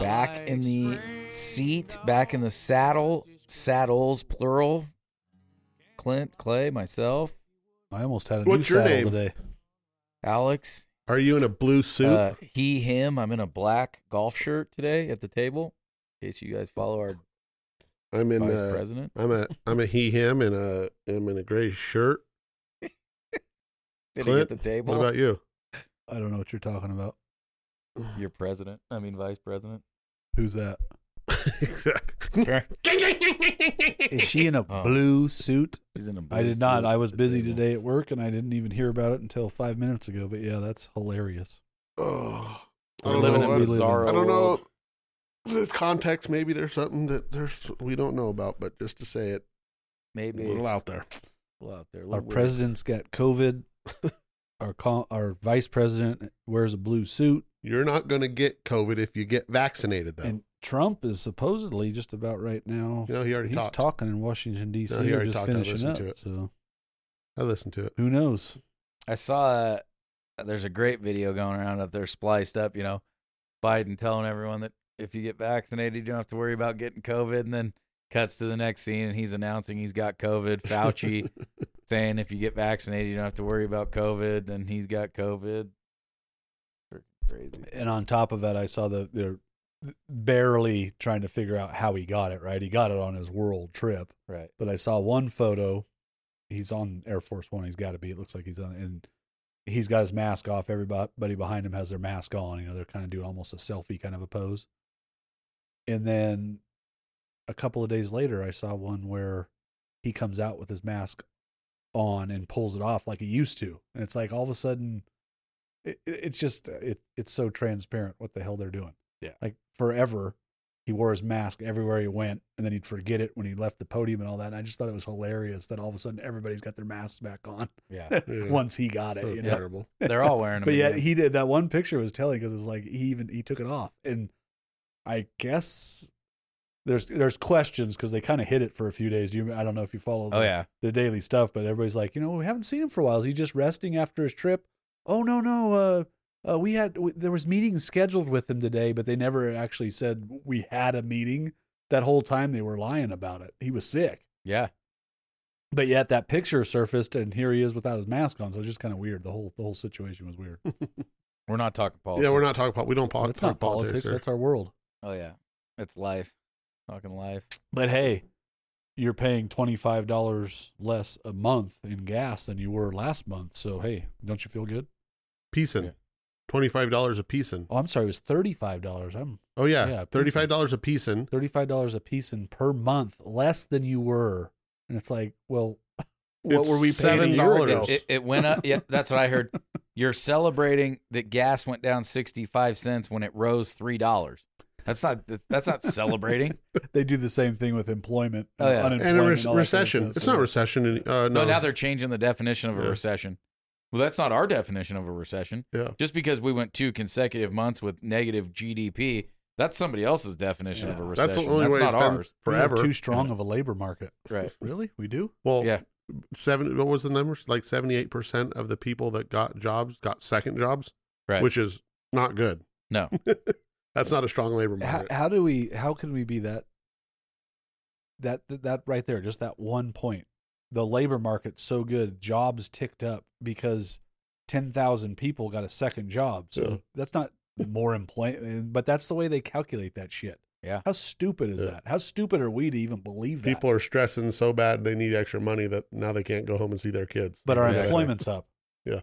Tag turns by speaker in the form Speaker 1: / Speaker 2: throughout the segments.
Speaker 1: back in the seat, back in the saddle, saddles plural. Clint, Clay, myself,
Speaker 2: I almost had a
Speaker 3: What's
Speaker 2: new
Speaker 3: your
Speaker 2: saddle
Speaker 3: name?
Speaker 2: today.
Speaker 1: Alex,
Speaker 3: Are you in a blue suit?
Speaker 1: uh, he, him. I'm in a black golf shirt today at the table. In case you guys follow our
Speaker 3: I'm in.
Speaker 1: vice
Speaker 3: Uh,
Speaker 1: president,
Speaker 3: I'm a. I'm a he him and a. I'm in a gray shirt.
Speaker 1: sitting at
Speaker 3: Clint,
Speaker 1: the
Speaker 3: What
Speaker 1: table,
Speaker 3: about you?
Speaker 2: I don't know what you're talking about.
Speaker 1: your president. I mean, vice president.
Speaker 2: Who's that?
Speaker 3: Exactly.
Speaker 2: Is she in a
Speaker 1: Oh.
Speaker 2: blue suit?
Speaker 1: She's in a
Speaker 2: I
Speaker 1: blue
Speaker 2: did not.
Speaker 1: suit
Speaker 2: I
Speaker 1: at
Speaker 2: was
Speaker 1: the
Speaker 2: busy
Speaker 1: table.
Speaker 2: today at work, and I didn't even hear about it until five minutes ago. But yeah, that's hilarious.
Speaker 3: Oh, I
Speaker 1: We're
Speaker 3: don't
Speaker 1: living
Speaker 3: know.
Speaker 1: in
Speaker 3: what-
Speaker 1: bizarro
Speaker 3: I don't know.
Speaker 1: world.
Speaker 3: There's context. Maybe there's something that there's we don't know about, but just to say it, a
Speaker 1: Maybe
Speaker 3: little out there.
Speaker 1: Well, out there. a
Speaker 2: Our
Speaker 1: little weird.
Speaker 2: president's got COVID. our co- our vice president wears a blue suit,
Speaker 3: You're not going to get COVID if you get vaccinated, though.
Speaker 2: and Trump is supposedly just about right now.
Speaker 3: you know, he already
Speaker 2: He's
Speaker 3: talked.
Speaker 2: talking in Washington D.C.
Speaker 3: No, he
Speaker 2: or
Speaker 3: already
Speaker 2: just
Speaker 3: talked. I
Speaker 2: finishing
Speaker 3: listened
Speaker 2: up.
Speaker 3: to it.
Speaker 2: So
Speaker 3: I listened to it.
Speaker 2: who knows?
Speaker 1: I saw uh, there's a great video going around up there, spliced up. You know, Biden telling everyone that if you get vaccinated, you don't have to worry about getting COVID, and then cuts to the next scene, and he's announcing he's got COVID. Fauci saying if you get vaccinated, you don't have to worry about COVID, then he's got COVID. Freaking Crazy.
Speaker 2: And on top of that, I saw the they're barely trying to figure out how he got it. Right, he got it on his world trip.
Speaker 1: Right.
Speaker 2: but I saw one photo. He's on Air Force One. He's got to be. It looks like he's on, and he's got his mask off. Everybody behind him has their mask on. You know, they're kind of doing almost a selfie kind of a pose. And then a couple of days later, I saw one where he comes out with his mask on and pulls it off like he used to. And it's like all of a sudden, it, it- it's just it, it's so transparent what the hell they're doing.
Speaker 1: Yeah.
Speaker 2: like forever he wore his mask everywhere he went and then he'd forget it when he left the podium and all that and i just thought it was hilarious that all of a sudden everybody's got their masks back on
Speaker 1: Yeah.
Speaker 3: Yeah.
Speaker 2: once he got it
Speaker 3: So
Speaker 2: you know
Speaker 3: terrible.
Speaker 1: They're all wearing them.
Speaker 2: but yet
Speaker 1: again.
Speaker 2: he did that one picture was telling because it's like he even he took it off and i guess there's there's questions because they kind of hid it for a few days Do you i don't know if you follow the,
Speaker 1: Oh yeah.
Speaker 2: the daily stuff but everybody's like you know we haven't seen him for a while is he just resting after his trip oh no no uh uh, we had w- there was meetings scheduled with him today, but they never actually said we had a meeting. That whole time they were lying about it. He was sick,
Speaker 1: Yeah.
Speaker 2: but yet that picture surfaced, and here he is without his mask on. So it's just kind of weird. The whole the whole situation was weird.
Speaker 1: We're not talking politics.
Speaker 3: Yeah, we're not talking about. We don't pol-
Speaker 2: That's not
Speaker 3: talk
Speaker 2: politics.
Speaker 3: politics.
Speaker 2: That's our world.
Speaker 1: Oh yeah. It's life. Talking life.
Speaker 2: But hey, you're paying twenty five dollars less a month in gas than you were last month. So hey, don't you feel good?
Speaker 3: Peason,
Speaker 1: Yeah.
Speaker 3: twenty five dollars a peason.
Speaker 2: Oh, I'm sorry, it was thirty five dollars. I'm
Speaker 3: Oh yeah,
Speaker 2: Yeah,
Speaker 3: thirty five dollars a peason.
Speaker 2: thirty-five dollars a piece and per month less than you were, and it's like, well, what
Speaker 3: It's
Speaker 2: were we paying a year ago?
Speaker 3: $7.
Speaker 1: It, it went up. Yeah, that's what I heard. You're celebrating that gas went down 65 cents when it rose three dollars. That's not that's not celebrating.
Speaker 2: They do the same thing with employment,
Speaker 1: Oh, yeah.
Speaker 3: And a
Speaker 2: unemployment,
Speaker 3: re-
Speaker 2: all that
Speaker 3: recession.
Speaker 2: Kind of stuff,
Speaker 3: it's
Speaker 2: so-
Speaker 3: not recession. in- Uh, no,
Speaker 1: No, now they're changing the definition of a
Speaker 3: Yeah.
Speaker 1: recession. Well, that's not our definition of a recession.
Speaker 3: Yeah.
Speaker 1: Just because we went two consecutive months with negative GDP, that's somebody else's definition of a
Speaker 2: Yeah.
Speaker 1: recession.
Speaker 3: that's the only way
Speaker 1: not
Speaker 3: it's
Speaker 1: ours.
Speaker 3: been
Speaker 2: We have
Speaker 3: forever.
Speaker 2: Too strong of a labor market.
Speaker 1: Right.
Speaker 2: Really, we do.
Speaker 3: Well,
Speaker 1: Yeah.
Speaker 3: Seven. What was the numbers? Like seventy-eight percent of the people that got jobs got second jobs,
Speaker 1: Right.
Speaker 3: which is not good.
Speaker 1: no.
Speaker 3: That's not a strong labor
Speaker 2: How,
Speaker 3: market.
Speaker 2: how do we? How can we be that? That that right there, just that one point. The labor market's so good, jobs ticked up because ten thousand people got a second job. So
Speaker 3: Yeah.
Speaker 2: that's not more employment, but that's the way they calculate that shit.
Speaker 1: Yeah.
Speaker 2: How stupid is
Speaker 3: Yeah.
Speaker 2: that? How stupid are we to even believe that?
Speaker 3: People are stressing so bad they need extra money that now they can't go home and see their kids.
Speaker 2: but our
Speaker 1: Exactly.
Speaker 2: employment's up.
Speaker 3: Yeah.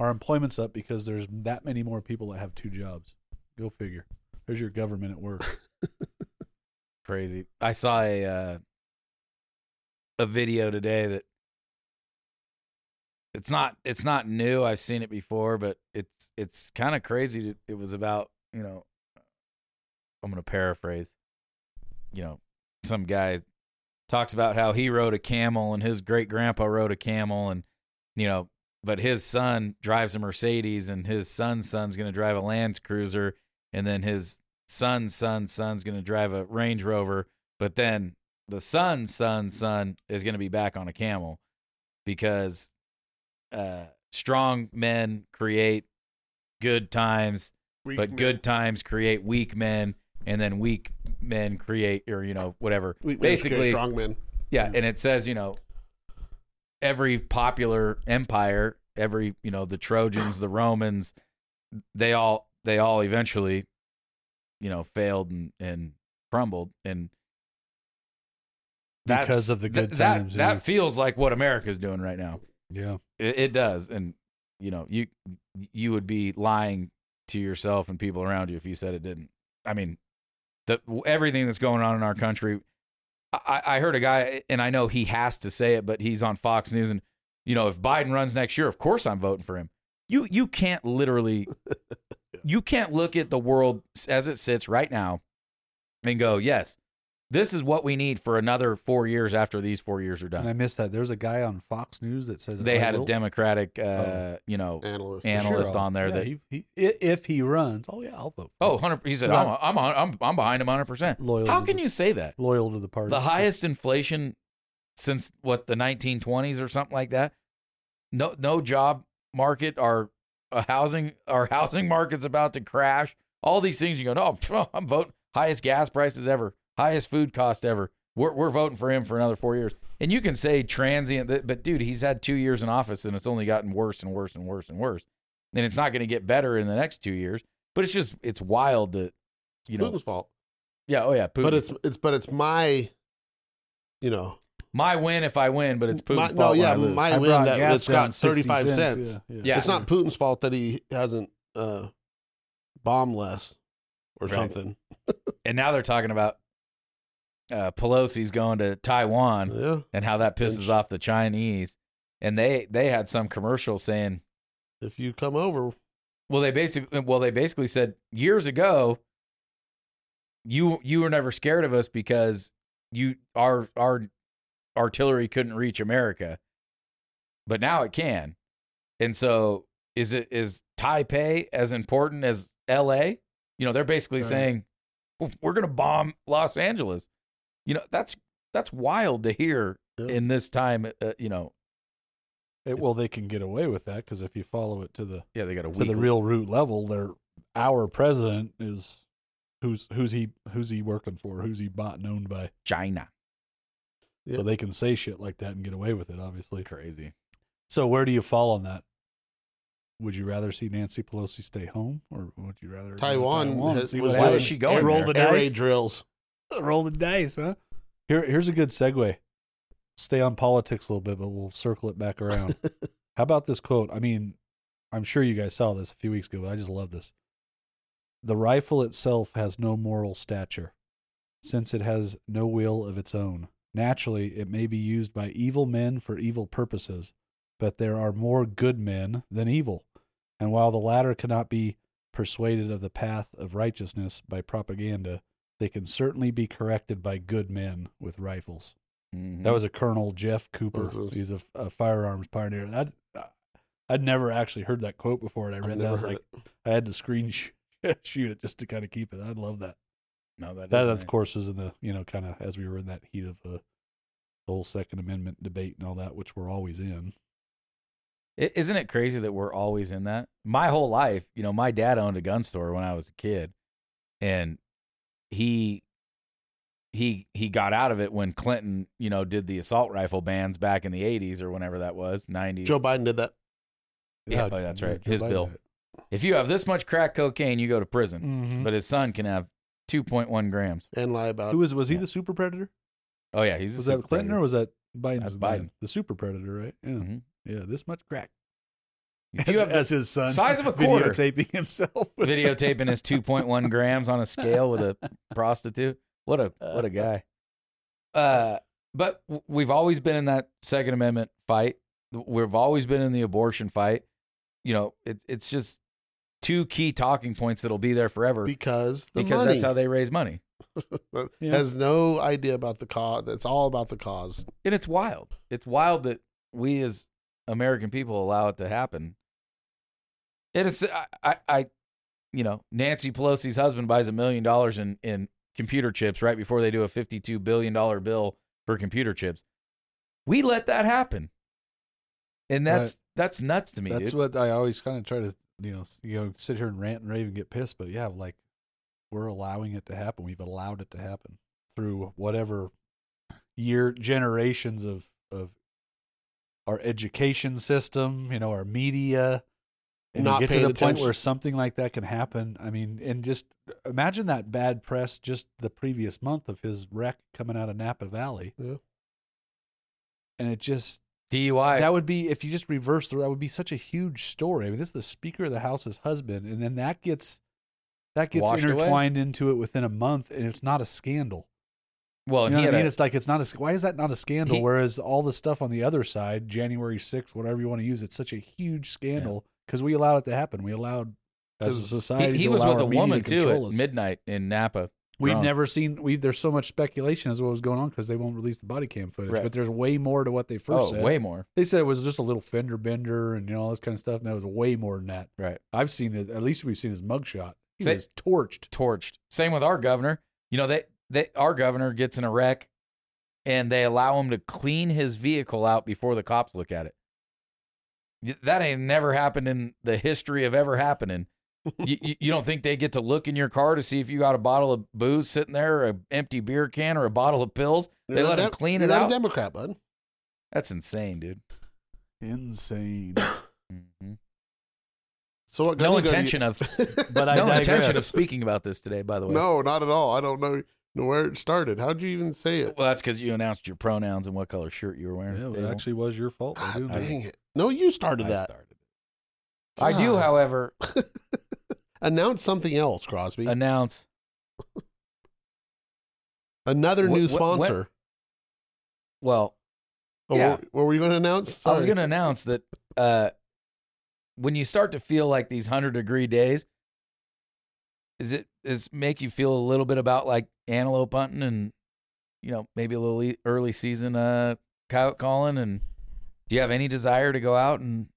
Speaker 2: Our employment's up because there's that many more people that have two jobs. Go figure. There's your government at work.
Speaker 1: crazy. I saw a uh, a video today that it's not it's not new. I've seen it before, but it's it's kind of crazy. to- It was about you know I'm gonna paraphrase. You know, some guy talks about how he rode a camel and his great grandpa rode a camel, and you know, but his son drives a Mercedes, and his son's son's gonna drive a Land Cruiser, and then his son's son's son's going to drive a Range Rover, but then the son's son's son is going to be back on a camel because uh, strong men create good times,
Speaker 3: Weak
Speaker 1: but
Speaker 3: men.
Speaker 1: good times create weak men, and then weak men create or you know whatever.
Speaker 3: We, we
Speaker 1: Basically,
Speaker 3: strong men.
Speaker 2: Mm.
Speaker 1: yeah, and it says, you know, every popular empire, every, you know, the Trojans, the Romans, they all they all eventually, you know, failed and and crumbled and that's-
Speaker 2: Because of the
Speaker 1: th-
Speaker 2: good
Speaker 1: that,
Speaker 2: times,
Speaker 1: That
Speaker 2: yeah.
Speaker 1: feels like what America's doing right now.
Speaker 2: Yeah.
Speaker 1: It, it does, and you know, you you would be lying to yourself and people around you if you said it didn't. I mean, the everything that's going on in our country. I, I heard a guy, and I know he has to say it, but he's on Fox News, and you know, if Biden runs next year, of course I'm voting for him. You you can't literally, you can't look at the world as it sits right now, and go, yes, this is what we need for another four years after these four years are done
Speaker 2: And I missed that. There's a guy on Fox News that said
Speaker 1: they
Speaker 2: I
Speaker 1: had a
Speaker 2: will-
Speaker 1: democratic uh
Speaker 2: Oh.
Speaker 1: you know
Speaker 3: Analysts.
Speaker 2: Sure,
Speaker 1: analyst
Speaker 2: I'll-
Speaker 1: on there
Speaker 2: yeah,
Speaker 1: that-
Speaker 2: he, he, i- if he runs, oh yeah, I'll vote. for
Speaker 1: oh
Speaker 2: him.
Speaker 1: 100 he said
Speaker 2: Cause
Speaker 1: I'm, I'm on- I'm I'm behind him 100%.
Speaker 2: loyal.
Speaker 1: How
Speaker 2: to
Speaker 1: can
Speaker 2: the-
Speaker 1: you say that?
Speaker 2: loyal to the party?
Speaker 1: The highest inflation since what the 1920s or something like that. No no job market our uh, housing our housing market's about to crash. All these things you go, "No, pff, I'm voting highest gas prices ever, highest food cost ever. We're we're voting for him for another 4 years." And you can say transient, th- but dude, he's had 2 years in office and it's only gotten worse and worse and worse and worse. And it's not going to get better in the next 2 years, but it's just it's wild that you know,
Speaker 3: Putin's fault.
Speaker 1: yeah, oh yeah, Putin.
Speaker 3: But it's it's but it's my, you know,
Speaker 1: my win if I win, but it's Putin's fault.
Speaker 3: my, no,
Speaker 1: when
Speaker 3: yeah,
Speaker 1: I lose.
Speaker 3: my
Speaker 2: I
Speaker 3: win
Speaker 2: brought
Speaker 3: that
Speaker 2: gas
Speaker 3: it's got
Speaker 2: down 60
Speaker 3: thirty five cents.
Speaker 2: Yeah,
Speaker 1: Yeah.
Speaker 3: It's not Putin's fault that he hasn't uh, bombed less or
Speaker 1: Right.
Speaker 3: something.
Speaker 1: and now they're talking about uh, Pelosi's going to Taiwan
Speaker 3: Yeah,
Speaker 1: and how that pisses
Speaker 3: Lynch.
Speaker 1: off the Chinese. And they they had some commercial saying,
Speaker 3: if you come over,
Speaker 1: well, they basically well they basically said years ago, you you were never scared of us because you our our artillery couldn't reach America, but now it can. And so is it is Taipei as important as L.A.? You know, they're basically
Speaker 2: Right.
Speaker 1: saying "Well, we're going to bomb Los Angeles. You know, that's that's wild to hear
Speaker 3: Yeah.
Speaker 1: in this time. Uh, you know,
Speaker 2: It- well, they can get away with that because if you follow it to the
Speaker 1: yeah, they got
Speaker 2: to
Speaker 1: a week.
Speaker 2: the real root level, their our president is who's who's he who's he working for? Who's he bought and owned by?
Speaker 1: China,
Speaker 3: Yeah.
Speaker 2: So they can say shit like that and get away with it, obviously.
Speaker 1: crazy.
Speaker 2: So where do you fall on that? Would you rather see Nancy Pelosi stay home, or would you rather go to
Speaker 3: Taiwan
Speaker 2: and
Speaker 3: has-
Speaker 2: see
Speaker 3: was
Speaker 2: what
Speaker 1: Why
Speaker 3: doing
Speaker 1: is
Speaker 2: happens?
Speaker 1: she going
Speaker 2: Roll
Speaker 1: there?
Speaker 2: the
Speaker 3: air
Speaker 2: dice.
Speaker 3: raid drills.
Speaker 2: roll the dice, huh? Here, here's a good segue. Stay on politics a little bit, but we'll circle it back around. How about this quote? I mean, I'm sure you guys saw this a few weeks ago, but I just love this. The rifle itself has no moral stature, since it has no will of its own. Naturally, it may be used by evil men for evil purposes, but there are more good men than evil. And while the latter cannot be persuaded of the path of righteousness by propaganda, they can certainly be corrected by good men with rifles.
Speaker 1: Mm-hmm.
Speaker 2: That was a Colonel Jeff Cooper.
Speaker 3: This is-
Speaker 2: He's a, a firearms pioneer. And I'd, I'd never actually heard that quote before, and I
Speaker 3: I've
Speaker 2: read that. I
Speaker 3: never
Speaker 2: was
Speaker 3: heard
Speaker 2: like, I had to screen sh- shoot it just to kind of keep it. I love that.
Speaker 1: no, that,
Speaker 2: That,
Speaker 1: is
Speaker 2: of
Speaker 1: nice.
Speaker 2: course, was in the you know kind of as we were in that heat of uh, the whole Second Amendment debate and all that, which we're always in.
Speaker 1: is isn't it crazy that we're always in that? My whole life, you know, my dad owned a gun store when I was a kid, and he he he got out of it when Clinton, you know, did the assault rifle bans back in the '80s or whenever that was, '90s.
Speaker 3: Joe Biden did that.
Speaker 1: Yeah, oh, that's right. His bill. if you have this much crack cocaine, you go to prison. But his son can have 2.1 grams.
Speaker 3: and lie about
Speaker 2: Mm-hmm. Who
Speaker 3: it.
Speaker 2: was was he
Speaker 1: Yeah.
Speaker 2: the super predator?
Speaker 1: Oh yeah, he's a
Speaker 2: Was that
Speaker 1: super
Speaker 2: Clinton or
Speaker 1: predator.
Speaker 2: was that Biden's
Speaker 1: That's Biden.
Speaker 2: The super predator, right? Yeah,
Speaker 1: Mhm.
Speaker 2: yeah. This much crack.
Speaker 1: If you have the
Speaker 2: as his son
Speaker 1: size of a quarter.
Speaker 2: videotaping himself.
Speaker 1: videotaping his 2.1 grams on a scale with a prostitute. What a what a guy. Uh, but w- we've always been in that Second Amendment fight. We've always been in the abortion fight. You know, it, it's just two key talking points that'll be there forever
Speaker 3: because the
Speaker 1: because
Speaker 3: money
Speaker 1: that's how they raise money,
Speaker 2: Yeah.
Speaker 3: has no idea about the cause. It's all about the cause.
Speaker 1: and it's wild. It's wild that we as American people allow it to happen. It is. I, I, I you know, Nancy Pelosi's husband buys a million dollars in in computer chips right before they do a fifty-two billion dollar bill for computer chips. We let that happen, and that's that's nuts to me.
Speaker 2: That's
Speaker 1: dude.
Speaker 2: what I always kind of try to, you know, s- you know, sit here and rant and rave and get pissed. But yeah, like we're allowing it to happen. We've allowed it to happen through whatever year generations of of our education system, you know, our media. And you
Speaker 3: Not
Speaker 2: get to
Speaker 3: paying
Speaker 2: the point where
Speaker 3: attention.
Speaker 2: something like that can happen. I mean, and just uh, imagine that bad press just the previous month of his wreck coming out of Napa Valley.
Speaker 3: Yeah.
Speaker 2: And it just
Speaker 1: DUI.
Speaker 2: that would be if you just reverse through. That would be such a huge story. I mean, this is the Speaker of the House's husband, and then that gets that gets
Speaker 1: Washed away?
Speaker 2: intertwined into it within a month, and it's not a scandal.
Speaker 1: well,
Speaker 2: you
Speaker 1: and
Speaker 2: know
Speaker 1: he
Speaker 2: what I
Speaker 1: had
Speaker 2: mean?
Speaker 1: a,
Speaker 2: it's like it's not a. Why is that not a scandal?
Speaker 1: He-
Speaker 2: Whereas all the stuff on the other side, January sixth, whatever you want to use, it's such a huge scandal because we allowed it to happen. We allowed as a
Speaker 3: 'Cause
Speaker 2: society.
Speaker 1: he, he
Speaker 2: to
Speaker 1: was
Speaker 2: allow
Speaker 1: with
Speaker 2: our
Speaker 1: a
Speaker 2: media
Speaker 1: woman
Speaker 2: to
Speaker 1: too
Speaker 2: control
Speaker 1: at
Speaker 2: us.
Speaker 1: midnight in Napa.
Speaker 2: We've
Speaker 1: drunk.
Speaker 2: never seen. We've there's so much speculation as to what was going on because they won't release the body cam footage.
Speaker 1: Right.
Speaker 2: But there's way more to what they first
Speaker 1: oh,
Speaker 2: said
Speaker 1: way more.
Speaker 2: they said it was just a little fender bender and you know all this kind of stuff. And that was way more than that.
Speaker 1: Right.
Speaker 2: I've seen it. At least we've seen his mugshot. He
Speaker 1: Say-
Speaker 2: was torched.
Speaker 1: torched. Same with our governor. You know, they, they our governor gets in a wreck and they allow him to clean his vehicle out before the cops look at it. Y- That ain't never happened in the history of ever happening. you, you, you don't think they get to look in your car to see if you got a bottle of booze sitting there, or an empty beer can, or a bottle of pills? They
Speaker 3: You're
Speaker 1: let
Speaker 3: a
Speaker 1: him
Speaker 3: Dem-
Speaker 1: clean
Speaker 3: you're
Speaker 1: it
Speaker 3: not
Speaker 1: out?
Speaker 3: A Democrat, bud.
Speaker 1: That's insane, dude.
Speaker 2: Insane.
Speaker 1: Mhm.
Speaker 3: So what?
Speaker 1: No
Speaker 3: gun you gonna
Speaker 1: intention of,
Speaker 3: get-
Speaker 2: But I
Speaker 1: no intention of
Speaker 2: digress.
Speaker 1: speaking about this today. By the way,
Speaker 3: no, not at all. I don't know where it started. How'd you even say it?
Speaker 1: Well, that's because you announced your pronouns and what color shirt you were wearing.
Speaker 2: Yeah, it
Speaker 1: Dable.
Speaker 2: actually was your fault.
Speaker 1: Ah,
Speaker 3: God
Speaker 2: dude.
Speaker 3: dang it! No, you started
Speaker 1: I
Speaker 3: that. Ah.
Speaker 1: started. I do,
Speaker 3: God.
Speaker 1: however,
Speaker 3: Announce something else, Crosby.
Speaker 1: announce
Speaker 3: Another
Speaker 1: What-
Speaker 3: new
Speaker 1: what- what-
Speaker 3: sponsor.
Speaker 1: well
Speaker 3: Oh,
Speaker 1: Yeah.
Speaker 3: what, what were you going to announce?
Speaker 1: i was
Speaker 3: Sorry.
Speaker 1: going to announce that uh when you start to feel like these 100 degree days is it is make you feel a little bit about like antelope hunting and you know maybe a little e- early season uh coyote calling and do you have any desire to go out and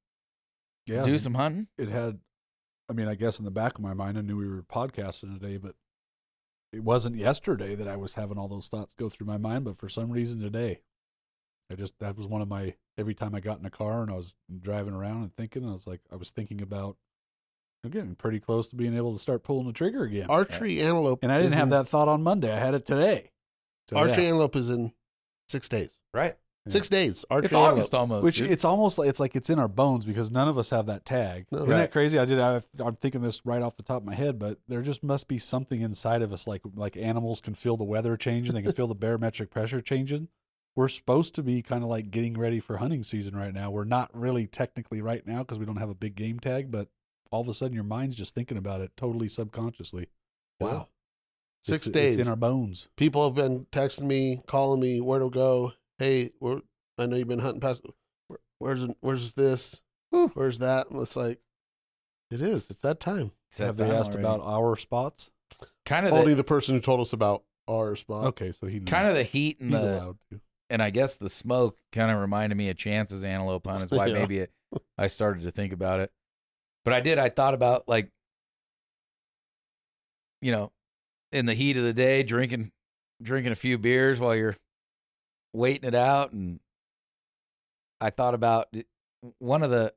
Speaker 2: Yeah.
Speaker 1: do some hunting
Speaker 2: It had. I mean, I guess in the back of my mind, I knew we were podcasting today, but it wasn't yesterday that I was having all those thoughts go through my mind. But for some reason today, I just that was one of my every time I got in a car and I was driving around and thinking, I was like, I was thinking about. I'm getting pretty close to being able to start pulling the trigger again.
Speaker 3: Archery antelope.
Speaker 2: And I didn't
Speaker 3: is
Speaker 2: have
Speaker 3: in-
Speaker 2: that thought on Monday. I had it today. So,
Speaker 3: Archery
Speaker 2: yeah.
Speaker 3: antelope is in six days.
Speaker 1: right
Speaker 2: Yeah.
Speaker 3: Six days. Archery
Speaker 1: it's
Speaker 3: antelope.
Speaker 1: august almost
Speaker 2: which
Speaker 1: dude.
Speaker 2: it's almost like it's like it's in our bones because none of us have that tag.
Speaker 3: No.
Speaker 2: Isn't
Speaker 1: Right.
Speaker 2: that crazy? I did. I, I'm thinking this right off the top of my head, but there just must be something inside of us, like like animals can feel the weather changing, they can feel the barometric pressure changing. We're supposed to be kind of like getting ready for hunting season right now. We're not really technically right now because we don't have a big game tag, but all of a sudden your mind's just thinking about it totally subconsciously.
Speaker 3: Yeah.
Speaker 2: Wow.
Speaker 3: Six
Speaker 2: It's-
Speaker 3: days.
Speaker 2: It's in our bones.
Speaker 3: People have been texting me, calling me, where to go. Hey, we're, I know you've been hunting past. where- Where's where's this?
Speaker 1: Whew.
Speaker 3: Where's that? And it's like, it is. It's that time.
Speaker 1: It's that
Speaker 2: Have they
Speaker 1: time
Speaker 2: asked
Speaker 1: already.
Speaker 2: about our spots?
Speaker 1: kind of
Speaker 3: Only
Speaker 1: the,
Speaker 3: the person who told us about our spot.
Speaker 2: Okay, so he knows.
Speaker 1: kind of the heat and
Speaker 2: he's
Speaker 1: the
Speaker 2: allowed to.
Speaker 1: and I guess the smoke kind of reminded me of Chance's antelope hunt. Is why
Speaker 3: Yeah.
Speaker 1: maybe it, I started to think about it. But I did. I thought about like, you know, in the heat of the day, drinking drinking a few beers while you're waiting it out, and I thought about it- one of the.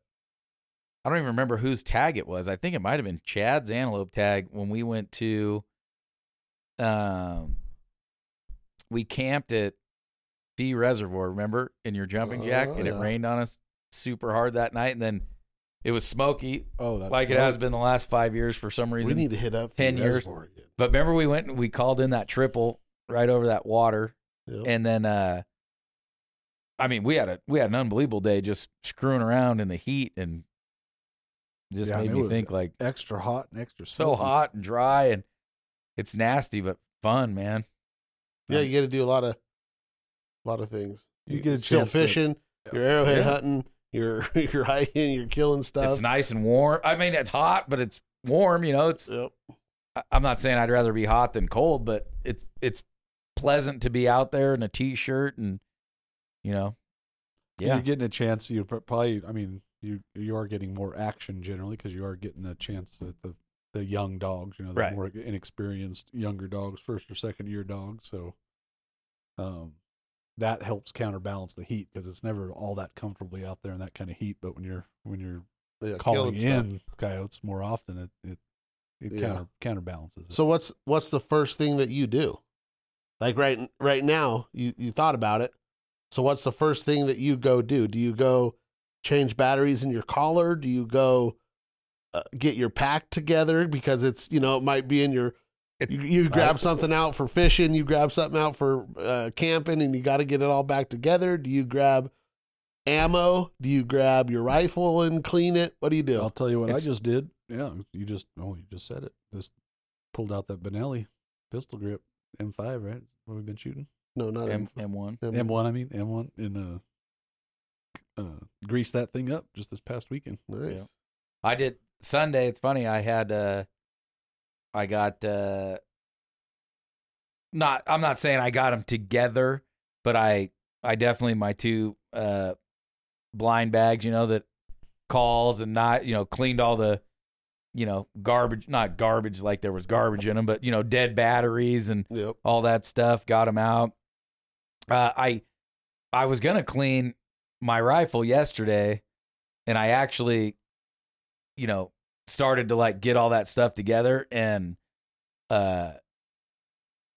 Speaker 1: I don't even remember whose tag it was. I think it might have been Chad's antelope tag when we went to. Um, we camped at Fee Reservoir, remember, in your jumping jack,
Speaker 3: Oh,
Speaker 1: and it
Speaker 3: yeah.
Speaker 1: rained on us super hard that night, and then it was smoky,
Speaker 2: Oh, that's
Speaker 1: like it has been the last five years for some
Speaker 3: we
Speaker 1: reason.
Speaker 3: need to hit up
Speaker 1: 10
Speaker 3: the
Speaker 1: years.
Speaker 3: reservoir again.
Speaker 1: but remember, we went and we called in that triple right over that water,
Speaker 3: Yep.
Speaker 1: and then, uh I mean, we had a we had an unbelievable day just screwing around in the heat, and just
Speaker 2: Yeah, I
Speaker 1: made
Speaker 2: mean, it
Speaker 1: me
Speaker 2: was
Speaker 1: think like
Speaker 2: extra hot and extra
Speaker 1: so
Speaker 2: smoky.
Speaker 1: hot and dry, and it's nasty but fun, man.
Speaker 3: yeah, you get to do a lot of, lot of things.
Speaker 2: You get a
Speaker 3: still
Speaker 2: chance to-
Speaker 3: fishing. You're arrowhead
Speaker 1: Yeah.
Speaker 3: hunting. You're you're hiking. You're killing stuff.
Speaker 1: It's nice and warm. I mean, it's hot, but it's warm. You know, it's
Speaker 2: Uh,
Speaker 3: Yep.
Speaker 1: I- I'm not saying I'd rather be hot than cold, but it's it's pleasant to be out there in a t-shirt and you know,
Speaker 2: You're
Speaker 1: yeah,
Speaker 2: getting a chance. You pr- probably. I mean, you you are getting more action generally because you are getting a chance at the the young dogs. You know, the
Speaker 1: Right.
Speaker 2: more inexperienced younger dogs, first or second year dogs. So, um, that helps counterbalance the heat because it's never all that comfortably out there in that kind of heat. But when you're when you're
Speaker 3: Yeah,
Speaker 2: calling
Speaker 3: killing stuff.
Speaker 2: in coyotes more often, it it it
Speaker 3: Yeah.
Speaker 2: counter counterbalances. It.
Speaker 3: So what's what's the first thing that you do? Like right right now, you you thought about it. So what's the first thing that you go do? Do you go change batteries in your collar? Do you go uh, get your pack together because it's you know it might be in your you, you grab something out for fishing, you grab something out for uh, camping, and you got to get it all back together. Do you grab ammo? Do you grab your rifle and clean it? What do you
Speaker 2: I'll
Speaker 3: do?
Speaker 2: tell you what I
Speaker 1: It's-
Speaker 2: just did. Yeah, you just oh, you just said it. Just pulled out that Benelli pistol grip M5, right? What we've been shooting.
Speaker 3: No, not
Speaker 1: M
Speaker 3: M-
Speaker 1: M one.
Speaker 3: M-
Speaker 2: M1, I mean M1, and uh, uh, grease that thing up just this past weekend.
Speaker 3: Nice.
Speaker 1: Yeah. I did Sunday. It's funny. I had uh, I got uh, not. I'm not saying I got them together, but I I definitely my two uh blind bags. You know that calls and not you know cleaned all the you know garbage not garbage like there was garbage in them but you know dead batteries and
Speaker 3: Yep.
Speaker 1: all that stuff, got him out. Uh, I I was gonna clean my rifle yesterday, and I actually, you know, started to like get all that stuff together, and uh,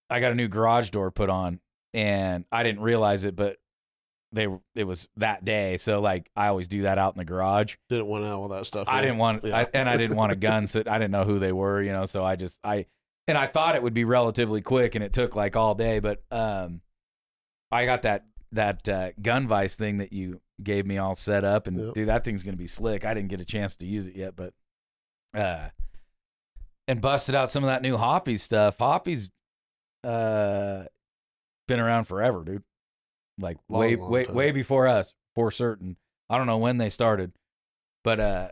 Speaker 1: I got a new garage door put on, and I didn't realize it, but they were it was that day, so like I always do that out in the garage.
Speaker 3: Didn't want out all that stuff.
Speaker 1: I
Speaker 3: yeah.
Speaker 1: didn't want,
Speaker 3: Yeah.
Speaker 1: I, and I didn't want a gun. So I didn't know who they were, you know. So I just, I, and I thought it would be relatively quick, and it took like all day. But um, I got that that uh, gun vice thing that you gave me all set up, and
Speaker 3: Yep.
Speaker 1: dude, that thing's gonna be slick. I didn't get a chance to use it yet, but uh, and busted out some of that new Hoppy stuff. Hoppy's uh, been around forever, dude. Like
Speaker 3: Long,
Speaker 1: way,
Speaker 3: long
Speaker 1: way,
Speaker 3: time.
Speaker 1: way before us, for certain. I don't know when they started, but uh,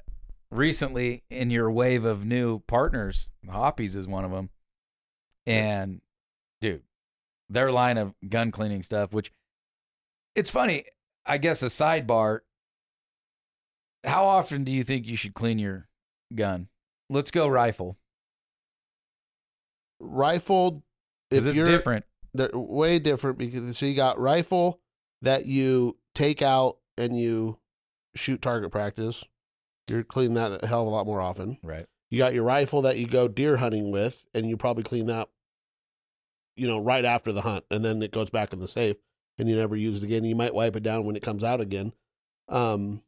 Speaker 1: recently in your wave of new partners, Hoppies is one of them. And dude, their line of gun cleaning stuff, which it's funny, I guess a sidebar. How often do you think you should clean your gun? Let's go rifle.
Speaker 3: rifle.
Speaker 1: Because it's
Speaker 3: you're-
Speaker 1: different.
Speaker 3: they're way different because so you got rifle that you take out and you shoot target practice. You're cleaning that a hell of a lot more often.
Speaker 1: Right.
Speaker 3: You got your rifle that you go deer hunting with, and you probably clean that, you know, right after the hunt, and then it goes back in the safe, and you never use it again. You might wipe it down when it comes out again, um,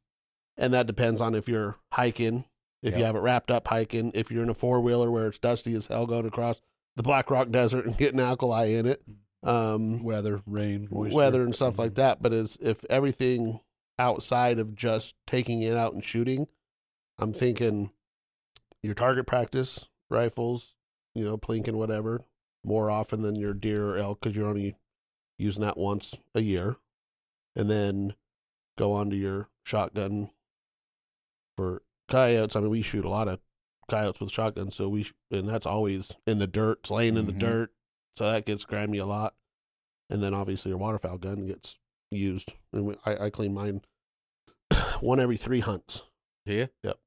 Speaker 3: and that depends on if you're hiking, if you
Speaker 1: Yeah.
Speaker 3: have it wrapped up hiking, if you're in a four wheeler where it's dusty as hell going across the Black Rock Desert and getting alkali in it, um,
Speaker 2: Weather, rain, moisture.
Speaker 3: weather and stuff like that. But as if everything outside of just taking it out and shooting, I'm thinking your target practice rifles, you know, plinking whatever, more often than your deer or elk because you're only using that once a year, and then go on to your shotgun for coyotes. I mean, we shoot a lot of coyotes with shotguns, so we and that's always in the dirt, it's laying in
Speaker 1: Mhm.
Speaker 2: Mm-hmm.
Speaker 3: the dirt, so that gets grimy a lot. And then obviously your waterfowl gun gets used, and we, I, I clean mine one every three hunts.
Speaker 1: Do you?
Speaker 3: Yep.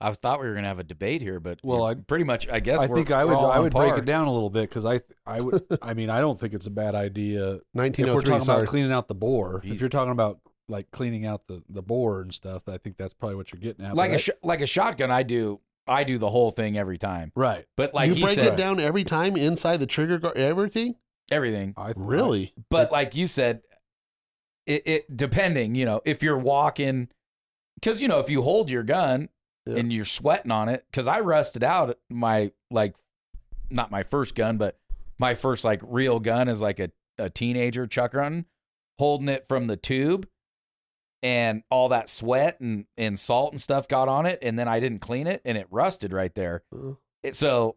Speaker 1: I thought we were gonna have a debate here, but
Speaker 2: Well,
Speaker 1: you're
Speaker 2: I-
Speaker 1: pretty much I guess
Speaker 2: I
Speaker 1: we're-
Speaker 2: think I
Speaker 1: we're
Speaker 2: would
Speaker 1: all
Speaker 2: I
Speaker 1: on
Speaker 2: would
Speaker 1: par.
Speaker 2: break it down a little bit because I th- I would I mean I don't think it's a bad idea if
Speaker 3: Nineteen oh
Speaker 2: we're
Speaker 3: three.
Speaker 2: talking
Speaker 3: Sorry,
Speaker 2: about cleaning out the bore.
Speaker 1: Jeez.
Speaker 2: If you're talking about like cleaning out the the bore and stuff, I think that's probably what you're getting at.
Speaker 1: Like
Speaker 2: but
Speaker 1: a sh- like a shotgun, I do I do the whole thing every time.
Speaker 2: I, right.
Speaker 1: But like
Speaker 3: you
Speaker 1: he
Speaker 3: break
Speaker 1: said,
Speaker 3: it down every time inside the trigger guard, everything.
Speaker 1: everything.
Speaker 2: I th-
Speaker 3: Really?
Speaker 1: But like you said, it, it depending, you know, if you're walking, because you know, if you hold your gun
Speaker 3: Yeah.
Speaker 1: and you're sweating on it, because I rusted out my like, not my first gun, but my first like real gun is like a a teenager chuck running, holding it from the tube, and all that sweat and and salt and stuff got on it, and then I didn't clean it, and it rusted right there.
Speaker 3: Uh.
Speaker 1: It- so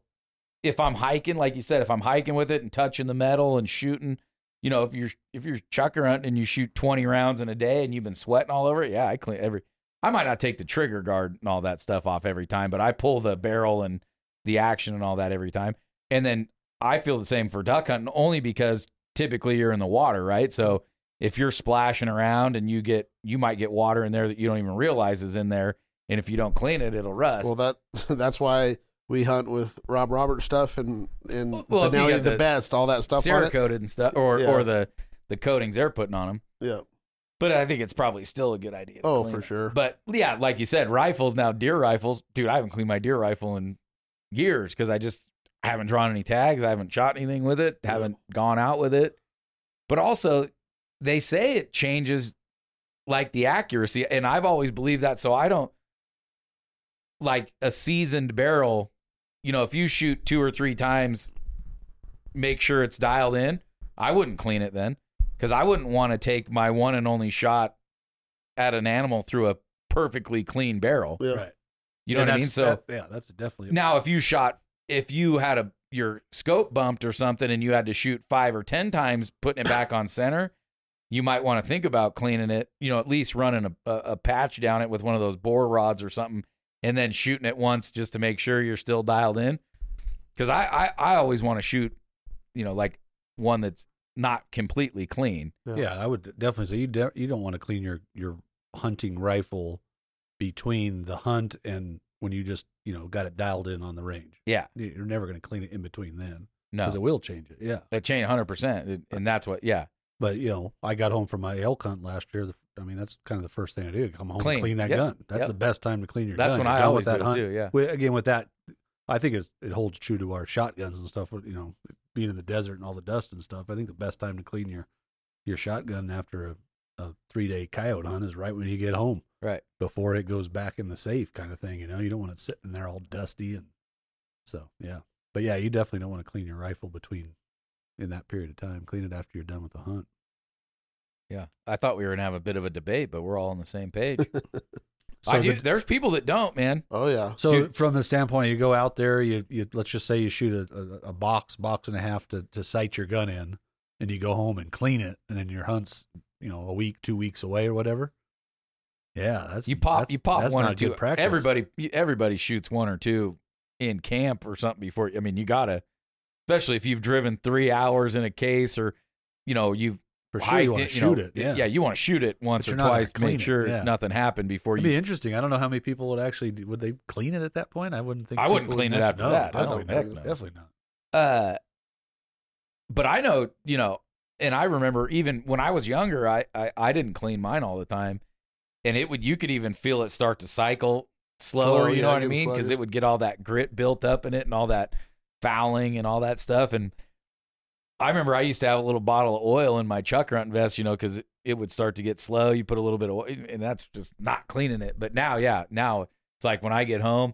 Speaker 1: if I'm hiking, like you said, if I'm hiking with it and touching the metal and shooting, you know, if you're if you're chucker hunting and you shoot 20 rounds in a day and you've been sweating all over it, yeah, I clean every. I might not take the trigger guard and all that stuff off every time, but I pull the barrel and the action and all that every time. And then I feel the same for duck hunting only because typically you're in the water, right? So if you're splashing around and you get you might get water in there that you don't even realize is in there, and if you don't clean it, it'll rust.
Speaker 3: Well, that that's why we hunt with Rob Roberts stuff and and
Speaker 1: Well, if you
Speaker 3: Benelli
Speaker 1: got
Speaker 3: the,
Speaker 1: the
Speaker 3: best, all that stuff on
Speaker 1: cerakoted
Speaker 3: it.
Speaker 1: and stuff, or
Speaker 3: Yeah.
Speaker 1: or the the coatings they're putting on them.
Speaker 3: Yeah.
Speaker 1: But I think it's probably still a good idea. to
Speaker 3: Oh,
Speaker 1: clean
Speaker 3: for
Speaker 1: it.
Speaker 3: sure.
Speaker 1: But yeah, like you said, rifles now, deer rifles. Dude, I haven't cleaned my deer rifle in years because I just haven't drawn any tags. I haven't shot anything with it.
Speaker 3: Yeah.
Speaker 1: Haven't gone out with it. But also, they say it changes like the accuracy, and I've always believed that. So I don't like a seasoned barrel. You know, if you shoot two or three times, make sure it's dialed in. I wouldn't clean it then because I wouldn't want to take my one and only shot at an animal through a perfectly clean barrel.
Speaker 3: Yeah.
Speaker 2: Right.
Speaker 1: You know
Speaker 2: And
Speaker 1: what I mean?
Speaker 2: that's-
Speaker 1: So
Speaker 2: that- yeah, that's definitely
Speaker 1: now, if you shot, if you had a your scope bumped or something, and you had to shoot five or ten times putting it back on center, you might want to think about cleaning it. You know, at least running a, a, a patch down it with one of those bore rods or something, and then shooting it once just to make sure you're still dialed in. Because I, I I always want to shoot, you know, like one that's not completely clean.
Speaker 2: Yeah, I would definitely say you de- you don't want to clean your your hunting rifle between the hunt and when you just you know got it dialed in on the range.
Speaker 1: Yeah.
Speaker 2: You- You're never going to clean it in between then
Speaker 1: No,
Speaker 2: because it will change it. Yeah,
Speaker 1: a chain hundred percent, and that's what. Yeah,
Speaker 2: but you know I got home from my elk hunt last year. The, I mean that's kind of the first thing I do. Come home
Speaker 1: Clean.
Speaker 2: and clean that
Speaker 1: Yep.
Speaker 2: gun. That's
Speaker 1: Yep.
Speaker 2: the best time to clean your
Speaker 1: that's
Speaker 2: gun.
Speaker 1: when
Speaker 2: You're
Speaker 1: I
Speaker 2: done
Speaker 1: always
Speaker 2: with that
Speaker 1: do it
Speaker 2: hunt.
Speaker 1: too. Yeah,
Speaker 2: With, again with that, I think it's, it holds true to our shotguns and stuff. You know, being in the desert and all the dust and stuff. I think the best time to clean your your shotgun after a, a three day coyote hunt is right when you get home,
Speaker 1: right.
Speaker 2: before it goes back in the safe, kind of thing. You know, you don't want it sitting there all dusty and so yeah. But yeah, you definitely don't want to clean your rifle between in that period of time. Clean it after you're done with the hunt.
Speaker 1: Yeah, I thought we were gonna have a bit of a debate, but we're all on the same page.
Speaker 2: So
Speaker 1: I do.
Speaker 2: the-
Speaker 1: there's people that don't, man.
Speaker 3: Oh yeah.
Speaker 2: So
Speaker 1: Dude.
Speaker 2: from the standpoint, you go out there, you, you let's just say you shoot a, a, a box, box and a half to, to sight your gun in, and you go home and clean it, and then your hunt's you know a week, two weeks away or whatever. Yeah, that's
Speaker 1: You pop,
Speaker 2: that's-
Speaker 1: you pop
Speaker 2: that's
Speaker 1: one
Speaker 2: not
Speaker 1: or two.
Speaker 2: Good practice.
Speaker 1: Everybody, everybody shoots one or two in camp or something before. I mean, you gotta, especially if you've driven three hours in a case or, you know, you've
Speaker 2: for sure you
Speaker 1: hiked
Speaker 2: want to
Speaker 1: it,
Speaker 2: shoot
Speaker 1: know,
Speaker 2: it. Yeah,
Speaker 1: yeah, you want to shoot it once
Speaker 2: But
Speaker 1: or
Speaker 2: you're not gonna
Speaker 1: twice,
Speaker 2: clean
Speaker 1: make
Speaker 2: it,
Speaker 1: sure
Speaker 2: yeah.
Speaker 1: nothing happened before
Speaker 2: It'd
Speaker 1: you.
Speaker 2: be interesting. I don't know how many people would actually do- would they clean it at that point. I wouldn't think
Speaker 1: I wouldn't
Speaker 2: people
Speaker 1: clean
Speaker 2: would
Speaker 1: it
Speaker 2: mess-
Speaker 1: after
Speaker 2: no,
Speaker 1: that. I
Speaker 2: Definitely,
Speaker 1: don't- heck no.
Speaker 2: definitely not.
Speaker 1: uh but i know you know and i remember even when i was younger I, I i didn't clean mine all the time and it would you could even feel it start to cycle slower
Speaker 3: Slower,
Speaker 1: you
Speaker 3: yeah,
Speaker 1: know what i
Speaker 3: getting
Speaker 1: mean because
Speaker 3: sluggish.
Speaker 1: it would get all that grit built up in it and all that fouling and all that stuff and i remember i used to have a little bottle of oil in my chuck hunt vest you know because it, it would start to get slow you put a little bit of oil and that's just not cleaning it but now yeah now it's like when i get home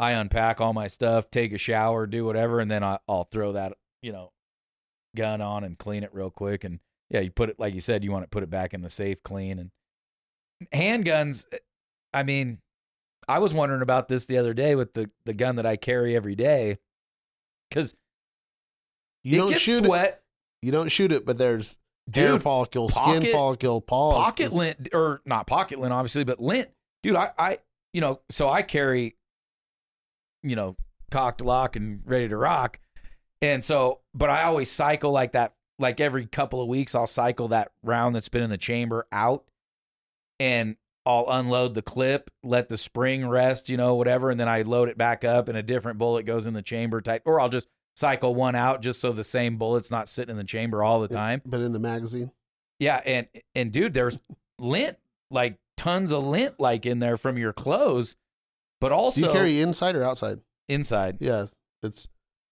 Speaker 1: I unpack all my stuff, take a shower, do whatever, and then I, I'll throw that, you know, gun on and clean it real quick. And yeah, you put it, like you said, you want to put it back in the safe clean. And handguns, eh, I mean, I was wondering about this the other day with the, the gun that I carry every day because
Speaker 3: You
Speaker 1: it
Speaker 3: don't
Speaker 1: gets
Speaker 3: shoot
Speaker 1: sweat,
Speaker 3: it. You don't shoot it, but there's hair
Speaker 1: Dude,
Speaker 3: follicle,
Speaker 1: pocket-
Speaker 3: skin follicle, paw.
Speaker 1: pocket lint, or not pocket lint, obviously, but lint. Dude, I, I, you know, so I carry, you know, cocked lock and ready to rock. And so, but I always cycle like that, like every couple of weeks, I'll cycle that round that's been in the chamber out and I'll unload the clip, let the spring rest, you know, whatever. And then I load it back up and a different bullet goes in the chamber type, or I'll just cycle one out just so the same bullet's not sitting in the chamber all the time.
Speaker 3: But in the magazine.
Speaker 1: Yeah, and and dude, there's lint, like tons of lint, like in there from your clothes, but
Speaker 3: Do
Speaker 1: also
Speaker 3: you carry inside or outside?
Speaker 1: inside.
Speaker 3: Yeah. It's